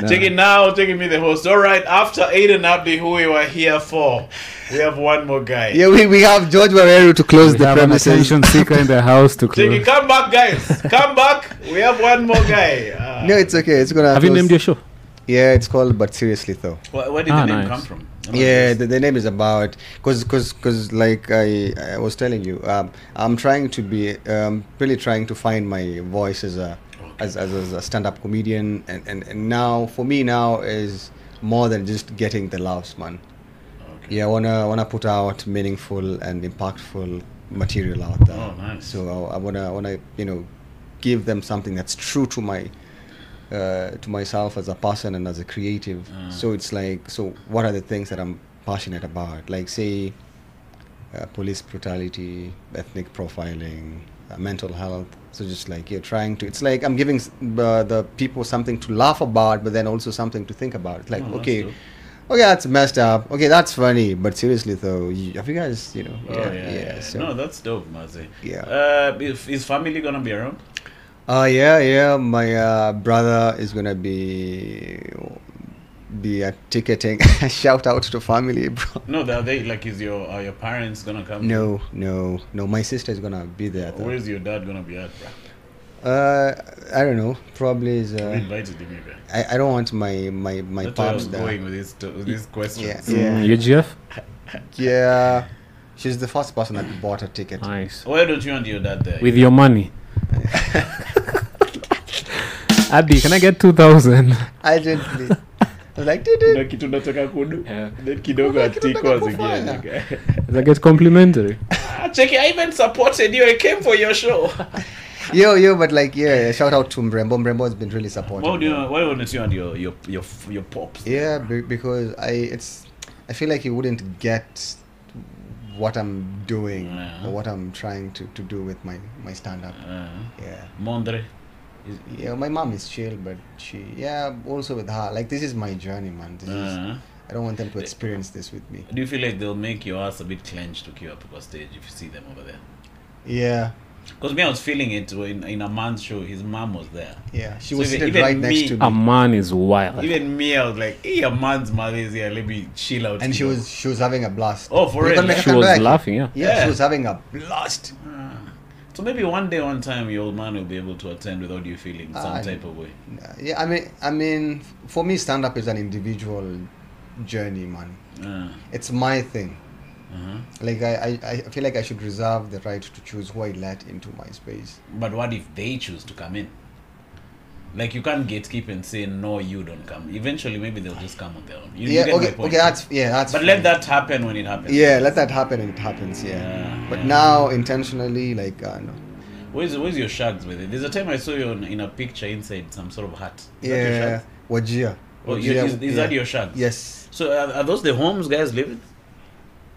A: Check it now, taking me the host. All right, after Aiden Abdi, who we were here for, we have one more guy.
B: Yeah, we, we have George Barreiro to close
C: We
B: the
C: have an
B: premises.
C: attention seeker in the house to
A: Check
C: close.
A: it, come back, guys. Come back. We have one more guy. Ah.
B: (laughs) No, it's okay. It's gonna.
C: Have you
B: close-
C: named your show?
B: Yeah, it's called. But seriously, though.
A: Where, where did
C: Ah,
A: the name
C: nice.
A: come from? I'm not
B: Yeah,
A: sure.
B: the, the name is about because because because like I, I was telling you, um, I'm trying to be um, really trying to find my voice as a as, as, as a stand-up comedian, and, and, and now for me now is more than just getting the laughs, man.
A: Okay.
B: Yeah, I wanna wanna put out meaningful and impactful material out there.
A: Oh, nice.
B: So I, I wanna wanna you know give them something that's true to my uh, to myself as a person and as a creative.
A: Mm.
B: So it's like so what are the things that I'm passionate about? Like say uh, police brutality, ethnic profiling, uh, mental health. So just like you're trying to, it's like I'm giving s- uh, the people something to laugh about, but then also something to think about. It's like
A: Oh, that's
B: okay,
A: dope.
B: okay, that's messed up. Okay, that's funny, but seriously though, you, have you guys, you know?
A: Oh, yeah, yeah,
B: So,
A: no, that's dope, Mazi.
B: Yeah.
A: Uh, if, is family gonna be around?
B: uh, yeah, yeah. My uh, brother is gonna be be uh, ticketing. (laughs) Shout out to family, bro.
A: No, are they like? Is your are your parents gonna come?
B: No, no, no. My sister is gonna be there. though.
A: Where is your dad gonna be at, bro?
B: Uh, I don't know. Probably is.
A: We
B: Uh,
A: invited him, bro.
B: I, I don't want my my my
A: That's where I
B: pops
A: was
B: there.
A: going with this to, with this question.
B: Yeah.
A: So,
C: Yeah.
B: Yeah.
C: UGF?
B: Yeah, she's the first person that bought a ticket.
C: Nice.
A: Why don't you and your dad there?
C: With
A: (laughs)
C: your money. Abdi, can I get 2,000?
B: Urgently, I was like, "Did
A: kuna
B: it?"
A: (laughs) kitu nataka kudu
C: Yeah.
A: then kidogo
B: Kuna kitu
A: atiko
B: nataka kufanya.
A: azigia
C: Does I get complimentary?
A: cheki Ah, i even supported you i came for your show
B: Yo yo, but like yeah, yeah, shout out to Mrembo. Mrembo has been really supportive.
A: why do you why wouldn't you and your your your, f- your pops
B: Yeah, be- because I it's I feel like he wouldn't get what I'm doing
A: Yeah.
B: or what I'm trying to, to do with my my stand up.
A: uh,
B: Yeah.
A: mondre is,
B: Yeah, my mom is chill, but she yeah. Also with her, like this is my journey, man. This is
A: uh,
B: I don't want them to experience this with me.
A: do you feel like they'll make your ass a bit clenched to queue up for stage if you see them over there
B: Yeah,
A: because me i was feeling it in, in a man's show his mom was there
B: yeah. She
A: So
B: was
A: even-
B: seated
A: even
B: right next
A: me-
B: to me,
C: A man is wild.
A: even me i was like hey a man's mother is here let me chill out
B: and she
A: kidogo."
B: was she was having a blast.
A: Oh, for
B: You
A: real?
B: can make-
C: she
B: I can
C: was
B: back.
C: laughing, yeah.
B: Yeah,
A: Yeah.
B: she was having a blast.
A: Ah. so maybe one day one time your old man will be able to attend without you feeling some
B: Ah,
A: type of way
B: Yeah, I mean, I mean, for me, stand up is an individual journey, man.
A: uh,
B: It's my thing.
A: uh-huh.
B: Like I, I, I feel like I should reserve the right to choose who I let into my space.
A: But what if they choose to come in? Like you can't gatekeep and say no, you don't come. Eventually, maybe they'll just come on their own. You, you
B: yeah,
A: get my
B: okay,
A: point.
B: okay, that's yeah, that's.
A: but
B: fine.
A: let that happen when it happens.
B: Yeah, let that happen and it happens. Yeah.
A: Yeah,
B: but
A: yeah.
B: now intentionally, like uh, no.
A: Where's where's your shags with it? There's a time I saw you on, in a picture inside some sort of hut. Is that your
B: Yeah,
A: shags?
B: Wajia.
A: Oh, you-
B: Wajia,
A: is, is that
B: yeah.
A: your shags?
B: Yes.
A: So are, are those the homes guys live in?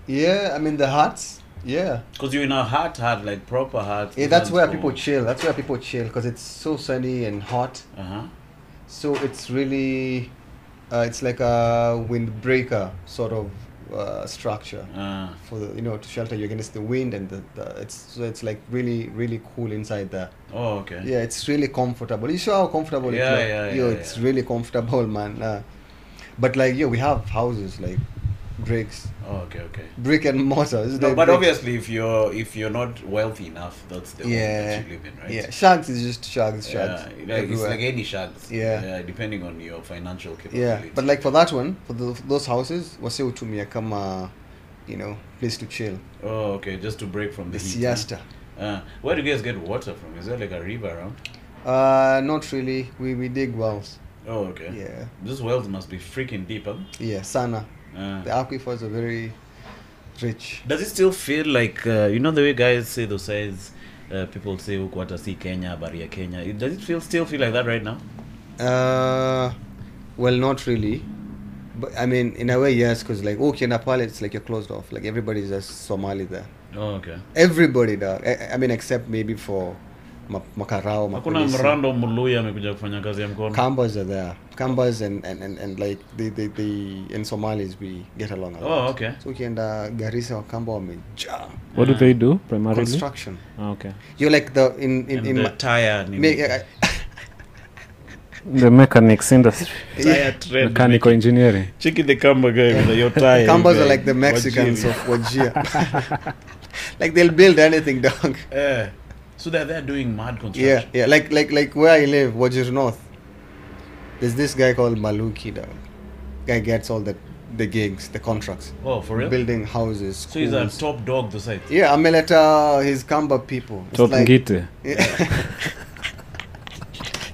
B: Yeah, I mean the huts. Yeah.
A: Because you're in a hut, hut like proper hut.
B: Yeah, that's where people chill. That's where people chill because it's so sunny and hot.
A: Uh huh.
B: So it's really, uh, it's like a windbreaker sort of uh, structure.
A: Uh,
B: for the, you know to shelter you against the wind and the, the it's so it's like really really cool inside there
A: oh okay.
B: yeah it's really comfortable you saw how comfortable
A: Yeah,
B: it
A: yeah,
B: yo
A: yeah,
B: it's
A: yeah.
B: really comfortable man uh, but like yo we have houses like bricks
A: Oh okay okay.
B: brick and mortar this is
A: No,
B: like
A: but
B: bricks.
A: obviously, if you're if you're not wealthy enough, that's the home
B: yeah
A: that you live in, right?
B: yeah sharks is just sharks sharks
A: Yeah, like, it's
B: everywhere.
A: like any shags.
B: Yeah.
A: depending on your financial capability.
B: yeah but like for that one for tho- those houses wase utumia kama uh, you know place to chill
A: oh, okay, just to break from the,
B: the
A: heat.
B: siesta
A: Uh, where do you guys get water from? Is there like a river around?
B: uh not really we we dig wells
A: Oh, okay.
B: yeah
A: Those wells must be freaking deep, huh?
B: yeah sana
A: Uh,
B: The aquifers are very rich.
A: does it still feel like uh, you know the way guys say those guys? Uh, people say Ukwata si Kenya, Baria Kenya. It- Does it feel still feel like that right now?
B: Uh, well, not really, But I mean, in a way, yes, because like okay, Nepal, it's like you're closed off. Like everybody's just Somali there.
A: Oh, okay.
B: Everybody there. I, I mean, except maybe for ma- Makarao,
A: Hakuna
B: mapolisi.
A: mrando mluya amekuja kufanya kazi ya mkono.
B: Kambas are there. Kambas and, and, and, and like they, they, they in Somalis we get along a lot.
A: Oh, okay.
B: So ukienda Garissa Wakamba wamejaa
C: What do they do primarily?
B: construction.
C: Ah, okay.
B: You're like the in in,
A: And
B: in
A: the
B: my,
A: tire ni
B: me, I,
C: The
B: (laughs)
C: mechanics industry,
A: tire trade.
C: mechanical engineering.
A: Chiki the Kamba guy with
B: (laughs)
A: your tire.
B: Kambas
A: guy.
B: are like the Mexicans
A: Wajiri.
B: of Wajir.
A: (laughs)
B: (laughs) like they'll build anything, dog.
A: Eh. So they're there doing mad
B: Yeah,
A: construction.
B: yeah. Like like like where I live, Wajir North. There's this guy called Maluki, dog. Guy gets all the the gigs, the contracts,
A: Oh, for real?
B: building houses.
A: So he's a
B: schools.
A: top dog the site.
B: Yeah, Ameleta, uh, his Kamba people. It's
C: Top
B: like-
C: Ngite.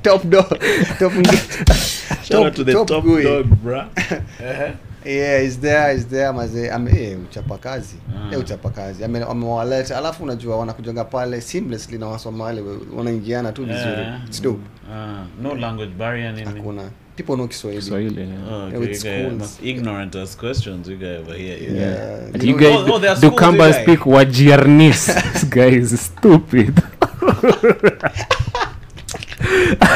B: top dog.
A: (laughs)
B: Top Ngit. (laughs)
A: Shout out to the top,
B: Gui.
A: dog, bruh.
B: (laughs)
A: Eh.
B: Yeah, is there, is there mazee. Ame eh, uchapakazi.
A: Mm.
B: Eh, uchapakazi. Ame amewaleta. Alafu unajua wanakujanga pale seamlessly na Wasomali we- wanaingiana tu vizuri.
A: Yeah.
B: It's dope.
A: Ah, no language barrier nini.
B: Hakuna. People know Kiswahili.
C: Swahili. Yeah.
A: Oh,
B: Yeah,
A: okay,
B: with
A: okay.
B: schools.
A: Must ignorant as questions you guys over here. you
B: Yeah.
A: guys.
C: But
B: You
C: you
B: know-
C: guys,
A: Oh, oh, they are
C: do
A: schools, you
C: Kambas
A: guys.
C: speak Wajiarnis? this guy is stupid.
B: (laughs)
C: (laughs)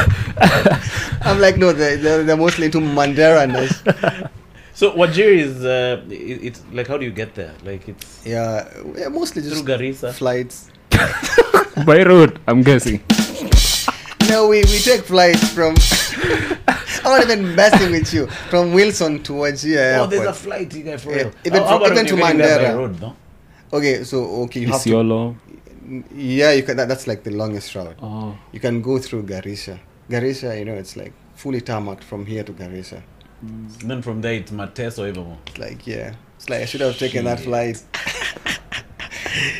B: I'm like, no, they're, they're, they're mostly into
C: (laughs)
B: Mandaraness.
A: So Wajiri is uh, i- it's like how do you get there? Like it's
B: yeah, yeah, mostly just
A: through Garissa.
B: flights.
C: By road, I'm guessing.
B: No, we, we take flights from. (laughs) I'm not even messing with you. From Wilson to Wajir
A: Oh,
B: Airport.
A: there's a flight you guys for
B: Yeah.
A: real.
B: Even
A: How-
B: from-
A: how about
B: even
A: if you
B: to
A: can get by
B: Mandera.
A: road, no?
B: okay, so okay, you have to,
C: Isiolo.
B: yeah, you can. That, that's like the longest route.
C: Oh,
B: You can go through Garisha. Garisha, you know, it's like fully tarmac from here to Garisha.
A: Then from there it's Mateso even more.
B: It's like yeah, it's like I should have taken that flight.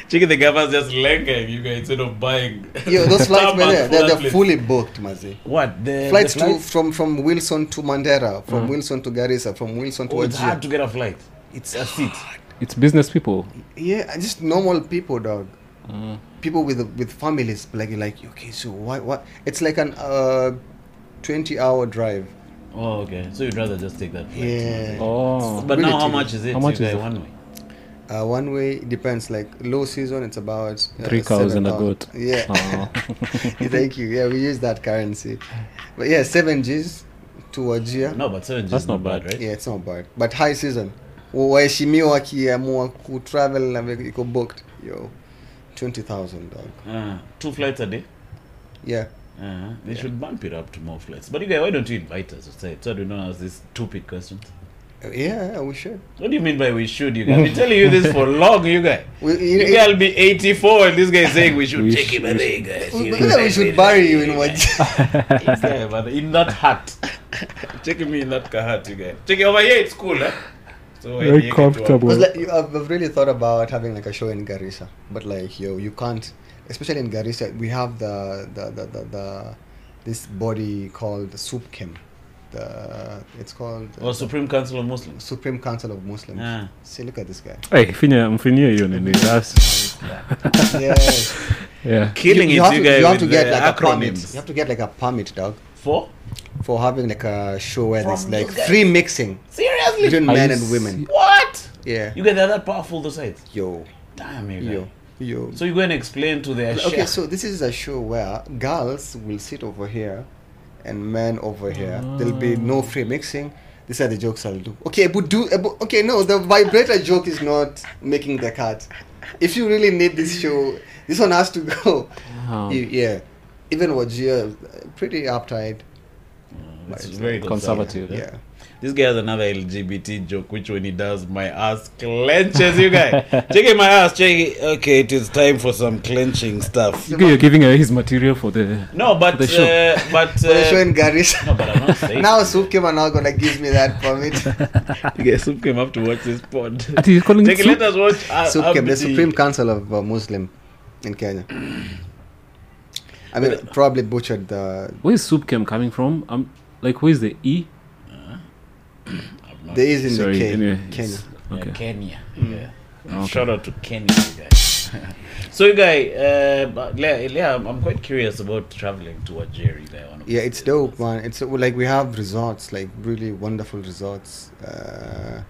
A: Chicken the government's just legging you guys instead of buying.
B: Yo,
A: (laughs)
B: those
A: Tarmac
B: flights, man, they're,
A: for
B: they're,
A: that
B: they're
A: place.
B: fully booked, Mazi.
A: What the
B: Flights, Mm.
A: the
B: to from from Wilson to Mandera, from Wilson to Garissa, from Wilson to
A: Oh, it's hard
B: Wajir.
A: to get a flight. It's a
B: (sighs)
A: seat.
C: it's business people.
B: Yeah, just normal people, dog. People with with families, like like okay, so why what? It's like an uh, twenty hour drive.
A: Oh, okay. So you'd rather just take that flight.
B: Yeah.
C: Oh,
A: But now how
B: Ability.
A: much is it?
C: How much
A: you
C: is
A: guys
C: it?
A: one way?
B: Uh, one way it depends. Like low season, it's about uh,
C: three cows and a
B: seven
C: goat.
B: pound. Yeah, (laughs)
C: (laughs) Oh.
B: thank you. Yeah, we use that currency, but yeah, seven G's to a G.
A: No, but seven G's
C: That's
A: is
C: not
A: bad,
C: bad.
A: right?
B: Yeah, it's not bad. But high season, waheshimiwa wakiamua ku travel na ve- iko booked. Yo, twenty thousand dog.
A: Uh, two flights a day.
B: Yeah,
A: Uh, they should bump it up to more flights. But you guys, why don't you invite us instead? So we don't ask these stupid questions.
B: Uh, yeah, we should.
A: What do you mean by we should, you guys? I've been telling you this
C: (laughs)
A: for long, you guys.
B: We, you
A: You
B: know,
A: guys will be 84 and this guy is saying we should
C: We
A: take him
C: should-
A: a day, guys.
B: we,
A: You
B: we- we
A: guys,
B: should
A: guys,
B: bury you in (laughs)
A: guys.
B: what?
A: yeah, but in that hat. Check me in that hat, you guys. Check it over here, it's cool, huh? So when
C: Very
A: you get to-
C: comfortable.
B: Because like, you, I've, I've really thought about having like a show in Garissa, but like yo, you can't. Especially in Garissa, we have the the the, the, the this body called the Supkim. The it's called
A: Or Supreme Council of Muslims.
B: Supreme Council of Muslims.
A: Ah.
B: See, look at this guy.
C: Hey, finya, mfinyie hiyo nini. That's,
B: yes.
C: yeah.
A: Killing
B: you, you
A: it,
B: have
A: you
B: to,
A: guys.
B: you have
A: with
B: to get
A: the
B: like a permit.
A: acronyms.
B: You have to get like a permit, dog,
A: For?
B: for having like a show where there's
A: From
B: like
A: you guys.
B: free mixing
A: Seriously?
B: between
C: Are
B: men
C: you
B: and women.
A: What?
B: Yeah.
A: You guys are that powerful, those sides.
B: Yo.
A: Damn, you guys.
B: Yo. Yo.
A: So you go and explain to their
B: Okay,
A: chef.
B: so this is a show where girls will sit over here and men over here. There'll be
A: Ah.
B: no free mixing. These are the jokes I'll do. Okay, but do eh, but- okay. No, the vibrator joke is not making the cut. If you really need this show, this one has to go.
A: Um.
C: Wow.
B: You- yeah, even Wajir, eh, pretty uptight.
A: It's very
C: Conservative.
A: conservative.
C: Yeah.
B: Yeah,
A: This guy has another LGBT joke, which when he does, my ass clenches, you guy. check it, my ass, check it. Okay, it is time for some clenching stuff.
C: You guys are giving away his material for the.
A: No, but.
C: The show.
A: Uh, but.
B: (laughs) but the show
A: Uh,
C: Um,
B: in Garissa.
A: no, but I'm
B: (laughs)
A: not saying.
B: now Supkim are not gonna give me that
C: (laughs)
B: permit.
A: You guys, Soup came up to watch this
B: (laughs)
A: pod.
C: Ati he's calling
A: Check
C: it
A: it, let
C: soup?
A: us watch. Uh,
B: Supkim, the
A: Abdi.
B: Supreme Council of uh, Muslim in Kenya. I mean,
C: Uh,
B: probably butchered the
C: Where is soup came coming from? Um, like, where is the E?
B: There is in
C: Sorry,
B: the K,
C: anyway,
B: Kenya.
C: it's- Okay.
A: Yeah, Kenya. Yeah.
B: Hmm.
C: Okay.
A: Shout out to Kenya, you guys. (laughs) So you guy, uh, but Lea, Lea, I'm I'm quite curious about traveling to Algeria. There, on a
B: Yeah, it's
A: particular
B: dope, man. It's uh, like we have resorts, like really wonderful resorts, uh,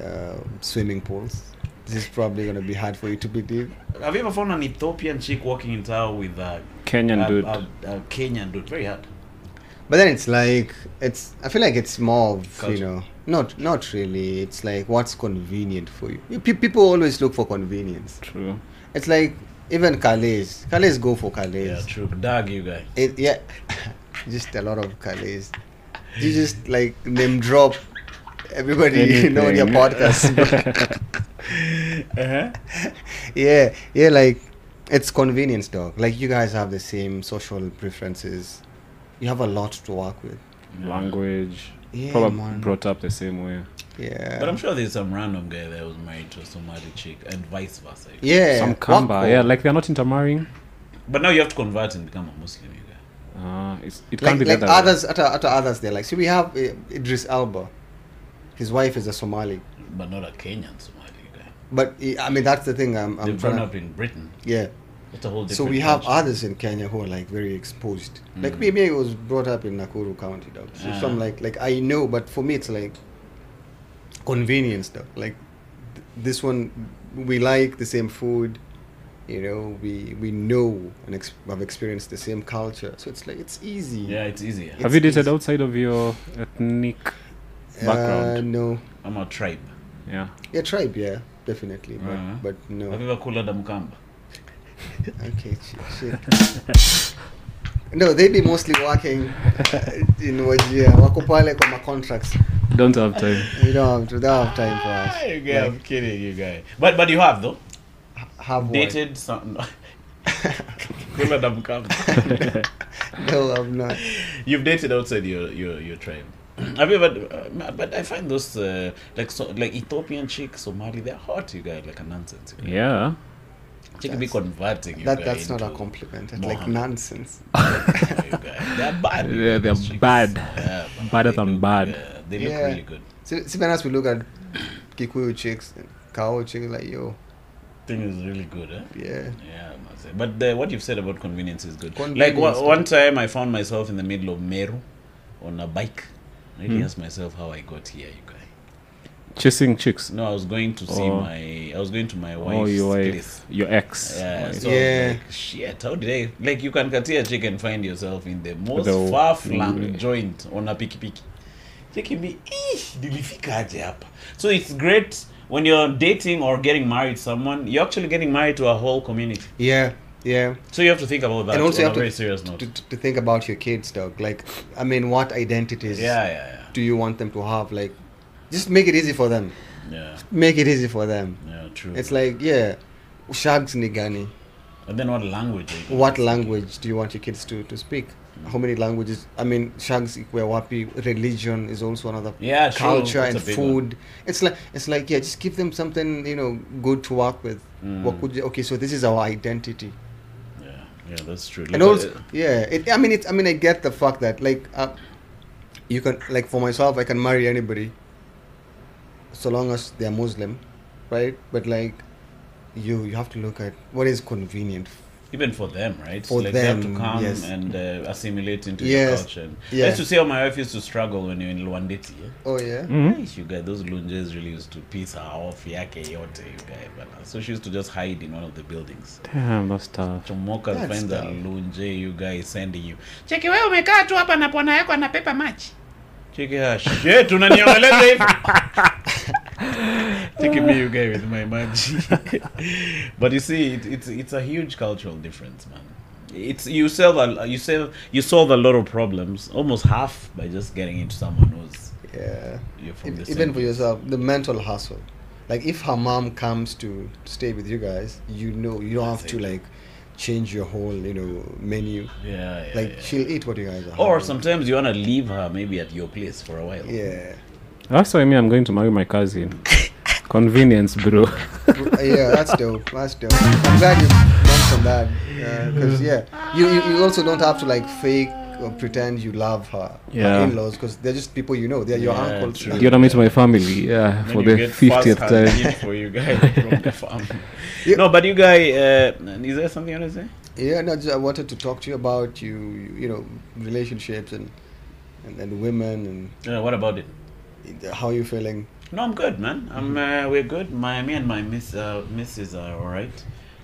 B: uh, swimming pools. This is probably gonna be hard for you to believe.
A: basis. Have you ever found an Ethiopian chick walking in town with a,
C: Kenyan
A: a,
C: dude.
A: a, a Kenyan dude? Very hard.
B: But then it's like it's. I feel like it's more, of,
A: Culture.
B: you know, not not really. It's like what's convenient for you. You pe- people always look for convenience.
C: True.
B: It's like even Calais. Calais go for Calais.
A: Yeah, true. Dag, you
B: (laughs)
A: guy.
B: It, yeah, just a lot of Calais. You just like name drop everybody you know in your
C: Anything.
B: podcast. (laughs)
A: (laughs) Uh-huh.
B: yeah, yeah, like it's convenience, dog. Like you guys have the same social preferences. You have a lot to work with.
C: (laughs) Language.
B: Yeah,
C: Probably
B: man.
C: brought up the same way.
B: Yeah.
A: But I'm sure there's some random guy that was married to a Somali chick and vice versa. you guy.
B: yeah.
C: Some
B: Wako.
C: Kamba. Yeah, like they're not intermarrying.
A: But now you have to convert and become a Muslim, you guy.
C: Uh, it's, it
B: Like,
C: can't be
B: like
C: the other way.
B: others, at other others there. Like, see, we have uh, Idris Elba. His wife is a Somali,
A: But not a Kenyan Somali, you guy.
B: but uh, I mean that's the thing. I'm, I'm
A: They've grown
B: tryna-
A: up in Britain.
B: Yeah.
A: It's a whole different
B: So we have
A: culture.
B: others in Kenya who are like very exposed.
C: Hmm.
B: Like me, me, I was brought up in Nakuru County, dog. So
A: Ah.
B: some like like I know, but for me, it's like convenience, dog. Like th- this one, we like the same food. You know, we we know and ex- have experienced the same culture, so it's like it's easy.
A: Yeah, it's easier.
B: Yeah.
C: Have you
B: it's-
C: dated outside of your ethnic
B: Uh,
C: background?
B: no,
A: I'm a tribe.
B: Uh,
C: Yeah.
B: yeah, tribe, yeah, definitely, but
A: Ah.
B: but no.
A: Have you ever called her Mukamba?
B: Okay, shit.
A: (laughs)
B: no, they be mostly working uh, in Wajia. Wako pale kwa ma contracts.
C: Don't have time.
B: You don't have, to, don't have time for us.
A: Ah, you guy,
B: Like,
A: I'm kidding, you guy. But but you have though
B: have what?
A: dated some. (laughs) Cooler than Mukamba.
B: (laughs)
A: (laughs)
B: No, I'm not.
A: You've dated outside your your your tribe. (clears throat) Have you ever? Uh, but I find those uh, like so, like Ethiopian chicks, Somali, they're hot, you guy, like a nonsense. You guy.
C: Yeah.
A: Chick be converting. You
B: That
A: guy
B: that's not a
A: into-
B: compliment. That's like
A: Mohammed.
B: nonsense.
A: (laughs) you guy. They're bad. you
C: Yeah,
A: guy,
C: they're
A: those chicks.
C: bad.
A: Yeah, but
C: Badder
A: they
C: than
A: look,
C: bad.
A: uh, they look
B: Yeah.
A: really good.
B: See, see, when us we look at Kikuyu chicks, Kao chicks, like yo,
A: Thing is really good, eh?
B: yeah.
A: Yeah, I must say. But the, what you've said about convenience is good.
B: Convenience,
A: like
B: yeah.
A: one, one time, I found myself in the middle of Meru on a bike. I
C: Hmm.
A: really asked myself how I got here, you guy.
C: Chasing chicks.
A: No, I was going to see
C: Oh.
A: my. I was going to my
C: Oh,
A: wife's
C: your
A: place.
C: wife. Oh, Your ex.
A: Yeah,
C: Wife.
A: so
B: Yeah.
A: I was like, shit, how did I like you can cut here chick and find yourself in the most
C: The-
A: far flung
C: Mm.
A: joint on a pikipiki. Checking me, nilifikaje hapa. So it's great when you're dating or getting married to someone, you're actually getting married to a whole community.
B: Yeah. Yeah.
A: So you have to think about that
B: and also
A: on
B: you
A: a
B: have
A: very
B: to,
A: serious note.
B: to, to, to think about your kids, dog. Like, I mean, what identities
A: Yeah, yeah,
B: do you want them to have? Like, just make it easy for them.
A: yeah, yeah,
B: Make it easy for them.
A: yeah. True.
B: It's like, yeah, shags nigani.
A: and then what language? eh? are you-
B: What language do you want your kids to, to speak? How many languages? I mean, shags ikwe wapi. Religion is also another
A: Yeah, sure,
B: culture
A: that's
B: and
A: a big one.
B: food. It's like it's like yeah, just give them something you know good to work with.
A: Mm.
B: Wakuja, okay, so this is our identity.
A: Yeah, yeah, that's true.
B: and
A: Look uh, at
B: also yeah it, i mean it's i mean i get the fact that like uh, you can like for myself i can marry anybody so long as they're muslim right but like you you have to look at what is convenient
A: even for them, right?
B: For
A: like they have to
B: them,
A: come
B: yes.
A: and uh, assimilate into your
B: Yes,
A: culture. And
B: yeah.
A: I used to say how my wife used to struggle when you're in Luandeti. Yeah?
B: oh yeah
A: Hmm.
C: Mhm.
A: Nice, you guys. Those lunges really used to piss her off. Yake yote, you guys. uh, So she used to just hide in one of the buildings.
C: Damn, that's tough.
A: Chomoka
B: That's
A: finds a
B: tough.
A: lunje, you guys sending you.
D: cheki wewe umekaa tu hapa na pona yako anapepa machi
A: Check her ah, shit, unaniongeleza
D: (laughs)
A: hivi. Take me you guy with my magic. (laughs) but you see it, it's it's a huge cultural difference, man. It's you solve a, you solve you solve a lot of problems, almost half by just getting into someone who's
B: yeah
A: you're from
B: E-
A: the
B: even
A: same.
B: for yourself the mental hustle like if her mom comes to stay with you guys you know you don't have
A: That's
B: to
A: it.
B: like change your whole you know menu
A: yeah, yeah,
B: like
A: yeah.
B: she'll eat what you guys are
A: or
B: having.
A: sometimes you wanna leave her maybe at your place for a while.
B: yeah
C: That's why me, I'm going to marry my
A: (laughs)
C: cousin. Convenience, bro.
B: yeah, that's dope. That's dope. uh, I'm glad you mentioned that because yeah, you, you you also don't have to like fake or pretend you love her
C: Yeah.
B: in laws because they're just people you know. They're your
A: Yeah,
B: uncles.
A: true.
C: You're gonna meet my family, yeah,
A: Then
C: for
A: you
C: the
A: get first
C: fiftieth
A: hand
C: time.
A: hit for you
C: (laughs)
A: guys from the family.
B: Yeah.
A: No, but you guy, uh, is there something you want to say?
B: Yeah, no, just, I wanted to talk to you about you, you, you know, relationships and, and and women
A: Uh, what about it?
B: and how you're feeling.
A: No, I'm good, man. I'm uh, we're good. My me and my miss uh, missus are all right.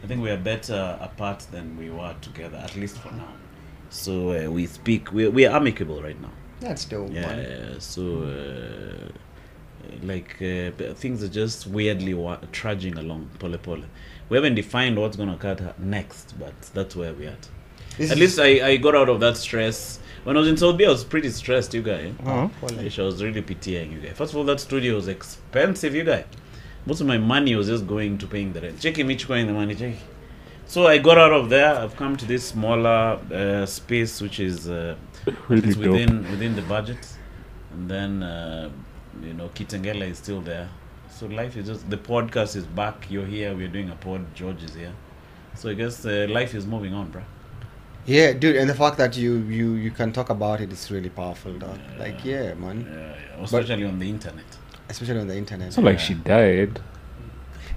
A: I think we are better apart than we were together, at least for now. So uh, we speak. We we are amicable right now.
B: That's dope.
A: Yeah.
B: man.
A: So uh, like uh, p- things are just weirdly wa- trudging along, pole pole. We haven't defined what's gonna cut next, but that's where we at.
B: This
A: At
B: is-
A: least I, I got out of that stress. When I was in Saudi, I was pretty stressed, you guys.
B: Oh,
A: I
B: quality.
A: was really pitying you guys. First of all, that studio was expensive, you guys. Most of my money was just going to paying the rent. Check him, each going the money, check. So I got out of there. I've come to this smaller uh, space, which is uh, (laughs)
C: Really
A: it's
C: dope.
A: within within the budget. And then uh, you know, Kitengela is still there. So life is just the podcast is back. You're here. We're doing a pod. George is here. So I guess uh, life is moving on, bruh.
B: Yeah, dude, and the fact that you you you can talk about it is really powerful, dog. Like, yeah, man,
A: Yeah, yeah, especially on the internet.
B: especially on the internet.
C: It's not like she died.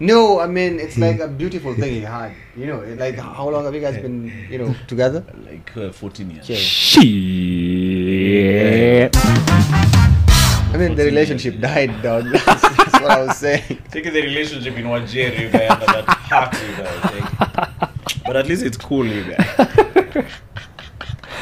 B: No, I mean
C: Hmm.
B: it's like a beautiful thing he had. You know, it- like how long have you guys been, you know, together?
A: Like uh, 14 years.
B: Cheers.
C: Shit.
B: I mean the relationship died, dog. (laughs) That's, that's what I was saying.
A: Take the relationship in one jail, you guys, under that heart, you guys. eh? Like. (laughs) But at least it's cool, you
B: (laughs)
A: guys.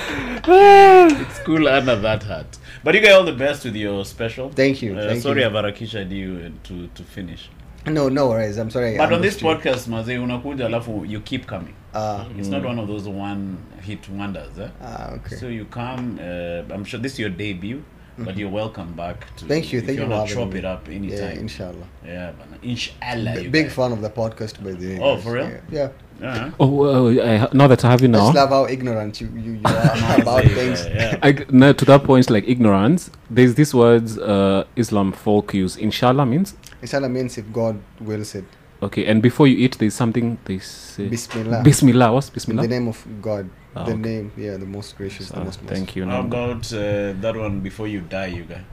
A: it's cool under that heart. But you guys, all the best with your special.
B: Thank you,
A: Uh,
B: thank
A: sorry,
B: you.
A: about Abarakisha, you uh, to, to finish.
B: No, no worries. I'm sorry. I
A: But on this
B: understood.
A: podcast, Maze, unakuja alafu, you keep coming.
B: Ah,
A: It's not one of those one hit wonders. Eh?
B: ah, okay.
A: So you come. Uh, I'm sure this is your debut, but you're welcome back. To,
B: Mm-hmm. Thank you,
A: if
B: thank you
A: you
B: for
A: wanna
B: having
A: chop
B: me.
A: it up
B: yeah,
A: anytime.
B: inshallah.
A: Yeah, man. Inshallah.
B: B-
A: you
B: big
A: guys.
B: fan of the podcast, by the way.
A: Oh,
B: guys.
A: for real?
B: Yeah. yeah.
A: Uh-huh.
C: Oh, well, I, ha- now that I have you
B: I just
C: now,
B: love how ignorant you you, you
A: (laughs)
B: are about
A: Say, uh,
B: things.
A: yeah.
C: I, no, to that point, like ignorance, there's these words uh, Islam folk use. Inshallah means
B: Inshallah means if God wills it.
C: okay, and before you eat, there's something they say.
B: Bismillah.
C: Bismillah. What's
B: In
C: Bismillah?
B: the name of God.
C: Ah,
B: the
C: okay.
B: name, yeah, the most gracious, the
C: Ah,
B: most merciful.
C: thank (laughs) you.
A: How
C: no.
A: about uh, that one before you die, you guys?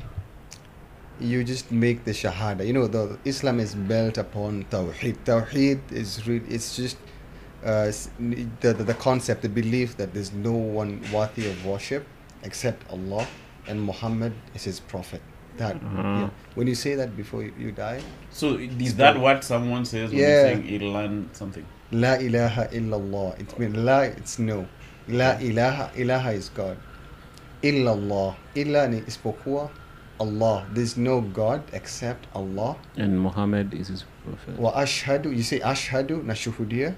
B: you just make the shahada you know the islam is built upon tawheed tawheed is really it's just uh, s- n- the, the the concept the belief that there's no one worthy of worship except allah and muhammad is his prophet that yeah. when you say that before you, you die
A: So is that what someone says when
B: Yeah.
A: you're saying it'll learn something?
B: la ilaha illallah it means la it's no la ilaha ilaha is god illallah illa ni isipokuwa allah there's no god except allah
C: And Muhammad is his prophet.
B: Wa ashhadu, you say ashhadu, nashuhudia.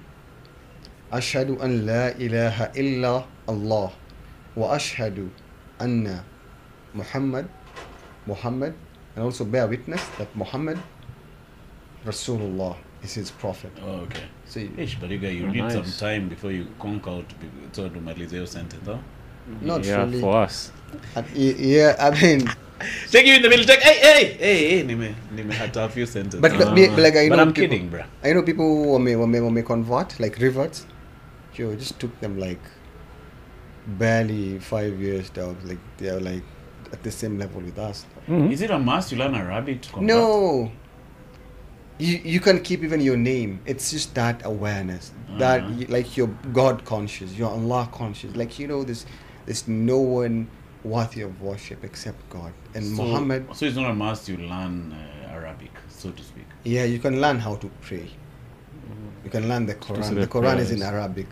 B: Ashhadu an la ilaha illa Allah. Wa ashhadu anna Muhammad, Muhammad, and also bear witness that Muhammad Rasulullah is his prophet.
A: Oh, okay.
B: So you-
A: Ish, but you guys, you
C: Oh,
A: need
C: nice.
A: some time before you conk out be- so to malize your sentence, huh?
B: not
C: yeah,
B: really.
C: for us.
B: I- y- yeah, I mean,
A: Take you in the middle, take, hey, hey, hey, hey, nime, nime had a few sentences.
B: but,
C: Uh-huh.
A: Uh,
B: me- like I know
A: but I'm
B: people,
A: kidding, bruh.
B: I know people who were may, were may, were may convert, like reverts. Yo, it just took them like barely five years. Dog, like they are like at the same level with us.
C: Hmm.
A: Is it a must you learn Arabic to convert?
B: No, you you can keep even your name. It's just that awareness that
A: Uh-huh.
B: you, like you're God conscious, you're Allah conscious. Like you know, there's there's no one worthy of worship except God and
A: So-
B: Muhammad.
A: So it's not a must you learn uh, Arabic, so to speak.
B: Yeah, you can learn how to pray.
A: Mm.
B: You can learn the Quran.
C: the
B: The Quran is in
C: prayers.
B: Arabic,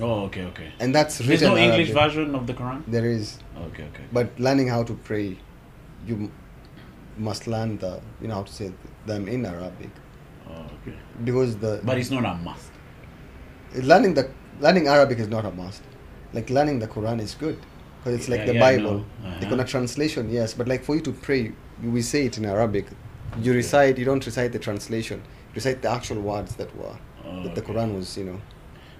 A: Oh, okay, okay.
B: and that's
A: There's
B: written.
A: no
B: Arabic.
A: English version of the Quran?
B: There is,
A: Okay, okay.
B: but learning how to pray, you m- must learn the you know how to say them in Arabic
A: Oh, okay.
B: because the
A: But it's not a must.
B: learning the learning Arabic is not a must. Like learning the Quran is good because it's like
A: Yeah,
B: the
A: yeah, I
B: Bible.
A: know.
B: They
A: Uh-huh.
B: gonna translation, yes, but like for you to pray, you- we say it in Arabic. You recite. You don't recite the translation. You recite the actual words that were
A: Oh,
B: that the
A: okay.
B: Quran was. You know.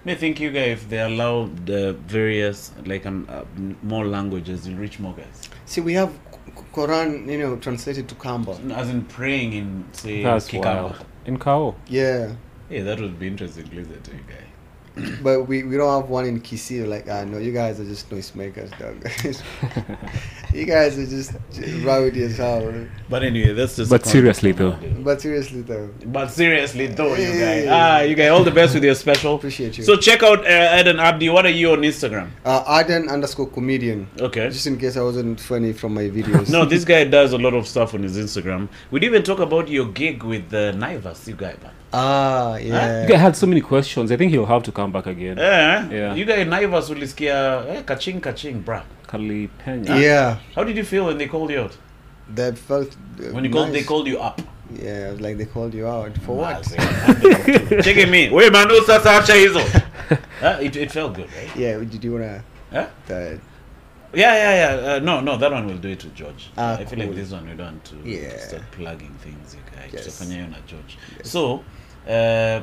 A: Me think you guys, if they allow the various like um, uh, m- more languages, you'll reach more guys.
B: See, we have Q- Quran, you know, translated to Kamba.
A: As in praying in say
C: That's
A: Kikamba.
C: wild. In Kao.
B: Yeah.
A: Yeah, that would be interesting. Listen to you guys.
B: but we, we don't have one in Kisii. Like, ah, no, you guys are just noisemakers, dog. (laughs) you guys are just j- rowdy as hell.
A: But anyway, that's just. a
C: But seriously,
A: concept.
B: But seriously, though,
A: But seriously, though, you guys.
B: Hey.
A: Ah, you guys, all the best with your special.
B: appreciate you.
A: So check out uh, Eden Abdi. What are you on Instagram?
B: uh, Arden underscore comedian.
A: Okay.
B: Just in case I wasn't funny from my
A: (laughs)
B: videos.
A: No, this guy does a lot of stuff on his Instagram. We didn't even talk about your gig with uh, Naivas, you guys. man.
B: Ah,
C: You
B: yeah.
A: (laughs)
C: guy had so many questions. I think he'll have to come back again.
A: Eh?
C: Yeah.
A: You guys, Naivas, ulisikia eh, kaching kaching, bruh.
C: Carly Pena.
B: Yeah.
A: How did you feel when they called you out?
B: That felt. uh,
A: When you called, they
B: nice.
A: called you up.
B: Yeah, I was like they called you out for what?
A: what? Checking me. We manu sasa acha hizo.
B: (laughs)
A: Eh, It it felt good, right?
B: Yeah, did you wanna? uh,
A: Huh?
B: The,
A: Yeah, yeah, yeah. Uh, no, no, that one we'll do it to George.
B: Ah,
A: I feel like
B: cool.
A: this one we don't want to
B: Yeah.
A: start plugging things, you guys.
B: Yes.
A: Tutafanya hiyo na George. So, uh,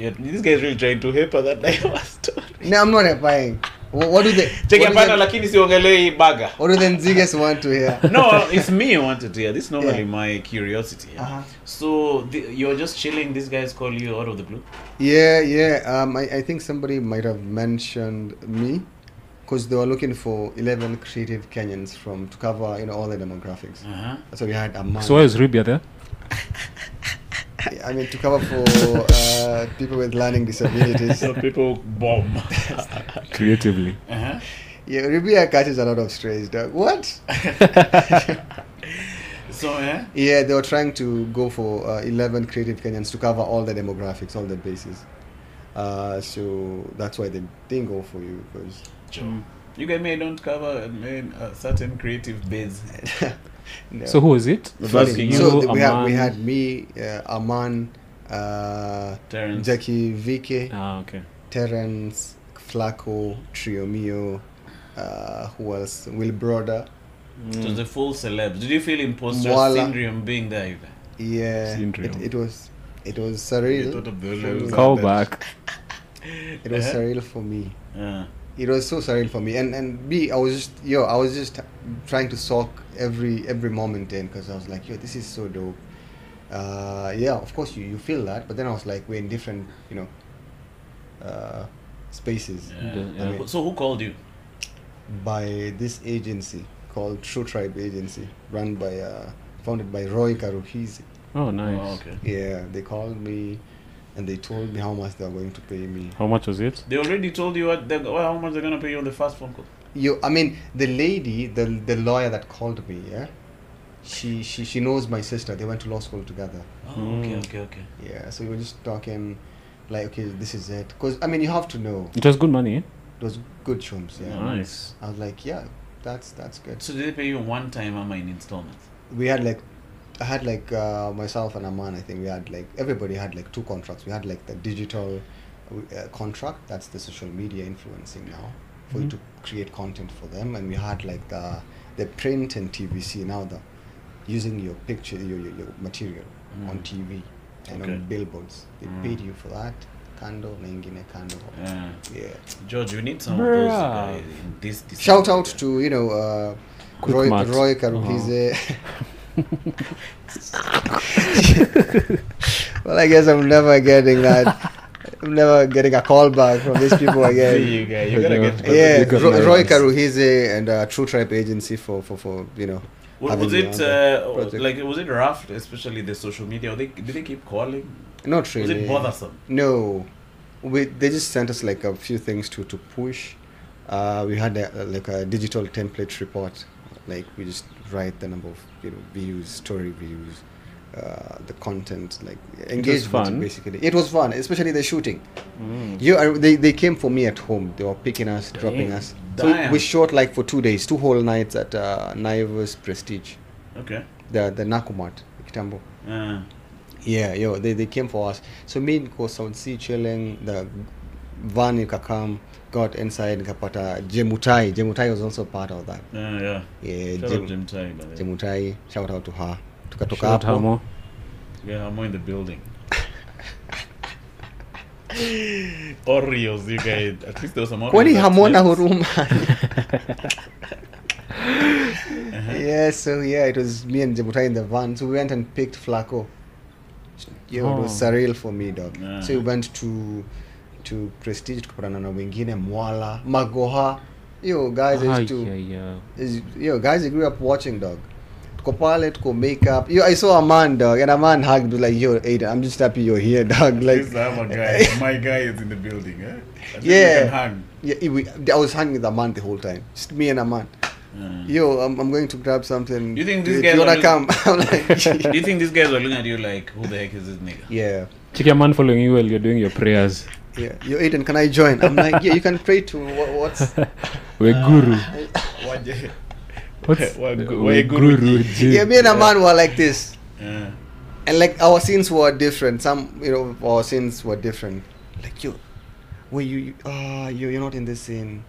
A: yeah, this guy is really trying to help us (laughs) that Naivas story.
B: no, I'm not applying. What, what do they?
A: Cheki
B: what,
A: hapana
B: do they
A: lakini siongelee hii baga.
B: what do the Nzigas want to hear?
A: (laughs) No, it's me you wanted to hear. This is normally
B: Yeah.
A: my curiosity. Yeah?
B: Uh-huh.
A: So the, you're just chilling. These guys call you out of the blue.
B: Yeah, yeah. Um, I, I think somebody might have mentioned me because they were looking for 11 creative Kenyans from to cover you know all the demographics.
A: Uh-huh.
B: So we had a man.
C: So why is Ribia there?
B: (laughs) I mean, to cover for uh, people with learning
A: (laughs)
B: disabilities.
A: So people (laughs) bomb.
C: Creatively.
A: uh-huh.
B: yeah, Ribia catches a lot of strays, dog. What?
A: So eh?
B: Yeah, they were trying to go for uh, 11 creative Kenyans to cover all the demographics, all the bases. Uh, so that's why they didn't go for you because
A: Joe, you guys may don't cover uh, may, uh, certain creative base.
B: (laughs) no.
C: So who is it?
A: The
B: Funny.
A: first thing
B: so
C: you,
B: th- we had we
C: Aman.
B: had me, uh, Aman, uh,
A: Terrence.
B: Jackie Vike,
C: Ah, okay.
B: Terence, Flaco, Triomio, uh, who else? Will Broder,
A: It
C: Hmm.
A: was a full celeb. Did you feel imposter
B: Mwala.
A: syndrome being there? You guys?
B: yeah. It,
C: Syndrome.
B: it was it was
A: You
B: surreal.
A: thought of the
B: for
A: levels
B: me.
A: of
C: Call
A: that.
C: back.
B: It was
A: Eh?
B: surreal for me.
A: Uh,
B: It was so surreal for me. And and B, I was just yo, I was just trying to soak every every moment in because I was like, yo, this is so dope. Uh, yeah, of course you, you feel that, but then I was like, we're in different, you know, uh, spaces
A: yeah.
C: The- yeah.
B: mean-
A: So who called you?
B: by this agency called True Tribe Agency, run by uh, founded by Roy Karuhizi.
C: Oh, nice.
A: Oh, okay.
B: Yeah, they called me and they told me how much they were going to pay me.
C: How much was it?
A: They already told you what they, well, how much they're gonna pay you on the first phone call.
B: You, I mean, the lady, the the lawyer that called me, yeah, she she she knows my sister. They went to law school together.
A: Oh,
C: Mm.
A: okay, okay, okay.
B: Yeah, so we were just talking, like, okay, this is it. Cause I mean, you have to know
C: It was good money. eh?
B: those good chums. Yeah,
A: Yeah.
C: Nice.
B: I was like, yeah, that's that's good.
A: So did they pay you one time ama in installments?
B: We had like. I had like uh, myself and Aman. I think we had like everybody had like two contracts. We had like the digital uh, contract. That's the social media influencing now for
A: Mm-hmm.
B: you
C: Mhm.
B: to create content for them. And we had like the the print and TVC now the using your picture your your, your material on TV and
A: Mm. Okay.
B: on billboards. They
A: Mm.
B: paid you for that. Kando na ingine kando.
A: Yeah.
B: Yeah.
A: George, we need some of those
C: Bruh.
A: guys in this. December,
B: Shout out
A: yeah. (laughs)
B: to you know uh,
C: Quick
B: Roy
C: Mart.
B: Roy
A: Uh-huh.
B: Karuhize. well, I guess I'm never getting that. I'm never getting a call back from these
A: (laughs)
B: people
A: See
B: again.
A: you guys. You gotta get.
B: Yeah,
C: Because
B: Ro-
C: my-
B: Roy Karuhize and uh, True Tribe Agency for for, for you know.
A: Wa-
B: having
A: Was
B: me
A: it
B: on the
A: uh,
B: project.
A: like was it rough, especially the social media? Or they did they keep calling?
B: Not
A: Was
B: really.
A: it bothersome?
B: No, we they just sent us like a few things to to push. Uh, we had a, like a digital template report, like we just write the number of you know views, story views, uh, the content, like engagement.
C: fun.
B: Basically, it was fun, especially the shooting.
C: Oh, hmm.
B: You are, they they came for me at home. They were picking us, dropping us. So
A: Damn.
B: we shot like for two days, two whole nights at uh, Naivas Prestige,
A: Okay.
B: the the Nakumat, Kitambo.
A: Uh,
B: Yeah, yo, they, they came for us. So me niko Sound C chilling, the van ikakam, got inside nikapata Jemutai. Jemutai was also part of that.
A: uh, yeah.
B: Yeah,
A: Shout out
B: Jem,
A: Jim Tai, by the way.
B: Jemutai, shout out to her. Tukatoka
C: Shout out
B: hapo.
C: Hamo.
A: Yeah, I'm in the
B: (laughs)
A: building. Oreos, you guys. At least there was some. Oreos
B: Kwani
A: left.
B: hamona
C: (laughs)
B: huruma. (laughs) yeah, so yeah, it was me and Jemutai in the van. So we went and picked Flaco. Yeah, it was
C: Oh.
B: surreal for me, dog.
A: Yeah.
B: So we went to to prestige tukapatana na wengine mwala magoha yo guys I used to
C: Ai, ai, ai.
B: is yo guys I grew up watching dog tuko pale tuko makeup yo i saw a man dog and a man hugged me like yo Aiden, i'm just happy you're here (laughs) dog like
A: Please have a
B: (laughs)
A: guy. My guy is in the building. Eh? I think we
B: Yeah.
A: can
B: (laughs)
A: hang.
B: yeah, it- we, i was hanging with a man the whole time just me and a man
A: Mm.
B: yo i'm, I'm going to grab something
A: You think
B: Do
A: this
B: do you
A: guy
B: wanna
A: will-
B: come (laughs) i'm
A: (laughs)
B: like
A: Do you think these guys were looking at you like, who the heck is this nigga?
B: yeah
C: Check your man following you while you're doing your prayers.
B: yeah yo Aiden, can i join i'm like yeah you can pray to what,
A: (laughs)
B: what's
C: We're
B: Uh,
C: guru.
A: Waje.
C: What's
A: We're gu-
C: we're
A: we're
C: guru?
A: guruji.
B: (laughs) yeah me and a man were like this
A: Uh,
B: and like our scenes were different some you know our scenes were different like you when you, you uh you, you're not in this scene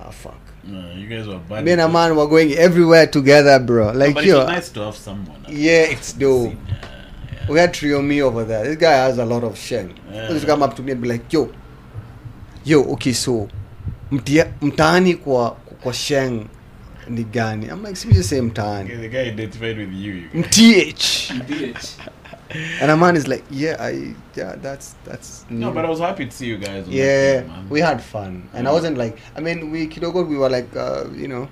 B: ah fuck
A: no, you guys were bad.
B: me and a man were going everywhere together bro like
A: but
B: yo
A: it's nice to have someone. uh,
B: yeah it's dope
A: seen, uh, yeah.
B: we had trio me over there this guy has a lot of shame
A: Yeah.
B: yeah. just come up to me and be like yo yo okay so mtia, mtaani kwa kwa sheng ni gani i'm like simply say mtaani
A: Okay, the guy identified with you. you guys.
B: mth and a man is like yeah i yeah that's that's
A: No,
B: new."
A: but I was happy to see you guys. on that
B: yeah
A: thing, man.
B: we had fun and i
A: Mm.
B: wasn't like i mean we kidogo we were like uh, you know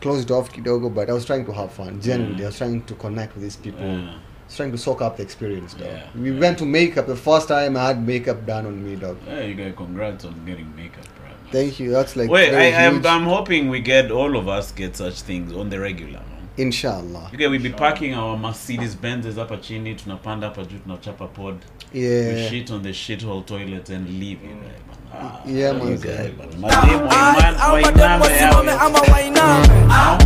B: closed off kidogo but i was trying to have fun generally
A: Mm.
B: i was trying to connect with these people
A: Uh,
B: I was trying to soak up the experience dog
A: Yeah,
B: we
A: yeah.
B: went to makeup the first time i had makeup done on me dog
A: yeah, you guys, congrats on getting makeup, bro.
B: thank you that's like
A: Wait,
B: very
A: I, I'm,
B: huge.
A: I'm hoping we get all of us get such things on the regular. Man.
B: inshallah
A: Okay, we be parking our Mercedes Benzes hapa chini, tunapanda hapa juu, tunachapa pod. We
B: yeah
A: shit on the shithole toilet and leave you guys, man. Ah,
B: Yeah, man.
A: you guys, man. Mademu, waiman- wainame hao.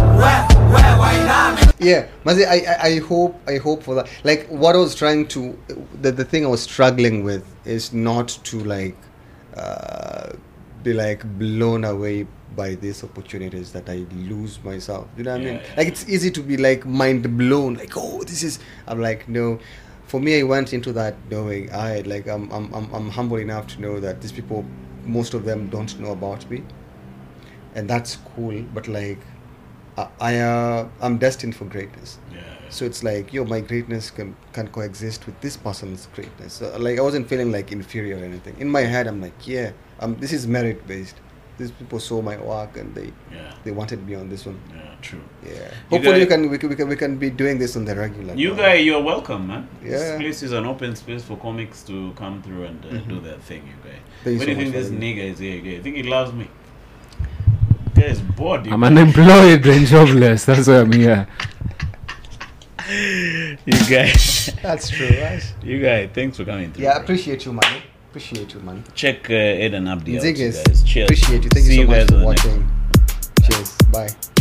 B: yeah Mazi, I, I i hope i hope for that like what i was trying to the, the thing i was struggling with is not to like uh be like blown away by these opportunities that i lose myself you know what i mean
A: Yeah.
B: like it's easy to be like mind blown like oh this is i'm like no for me i went into that knowing i like i'm i'm i'm, I'm humble enough to know that these people most of them don't know about me and that's cool but like I- I uh, I'm destined for greatness.
A: Yeah.
B: So it's like, yo, my greatness can can coexist with this person's greatness. So, like I wasn't feeling like inferior or anything. In my head, I'm like, yeah, um, this is merit based. These people saw my work and they
A: Yeah,
B: they wanted me on this one.
A: yeah, true.
B: Yeah.
A: guy-
B: Hopefully, we can we can we can, we can be doing this on the regular.
A: You
B: now.
A: guy, you're welcome, man. This
B: Yeah.
A: place is an open space for comics to come through and uh, do their thing, you guys.
B: Mm-hmm. Thank you
A: What
B: so
A: do you
B: much
A: think
B: for
A: this
B: having
A: nigga is here? You guys? think he loves me? Guy is bored. You
C: I'm
A: guys.
C: unemployed and jobless. That's why I'm here.
A: you guys, (laughs)
B: That's true, right?
A: you guys, thanks for coming through.
B: Yeah, I
A: bro.
B: appreciate you, man. Appreciate you, man.
A: check uh, Ed and Abdi out, you
B: Nzigas,
A: guys. Cheers.
B: appreciate you. Thank
A: See
B: you so
A: guys
B: much for
A: on the next one.
B: watching. Cheers. Bye.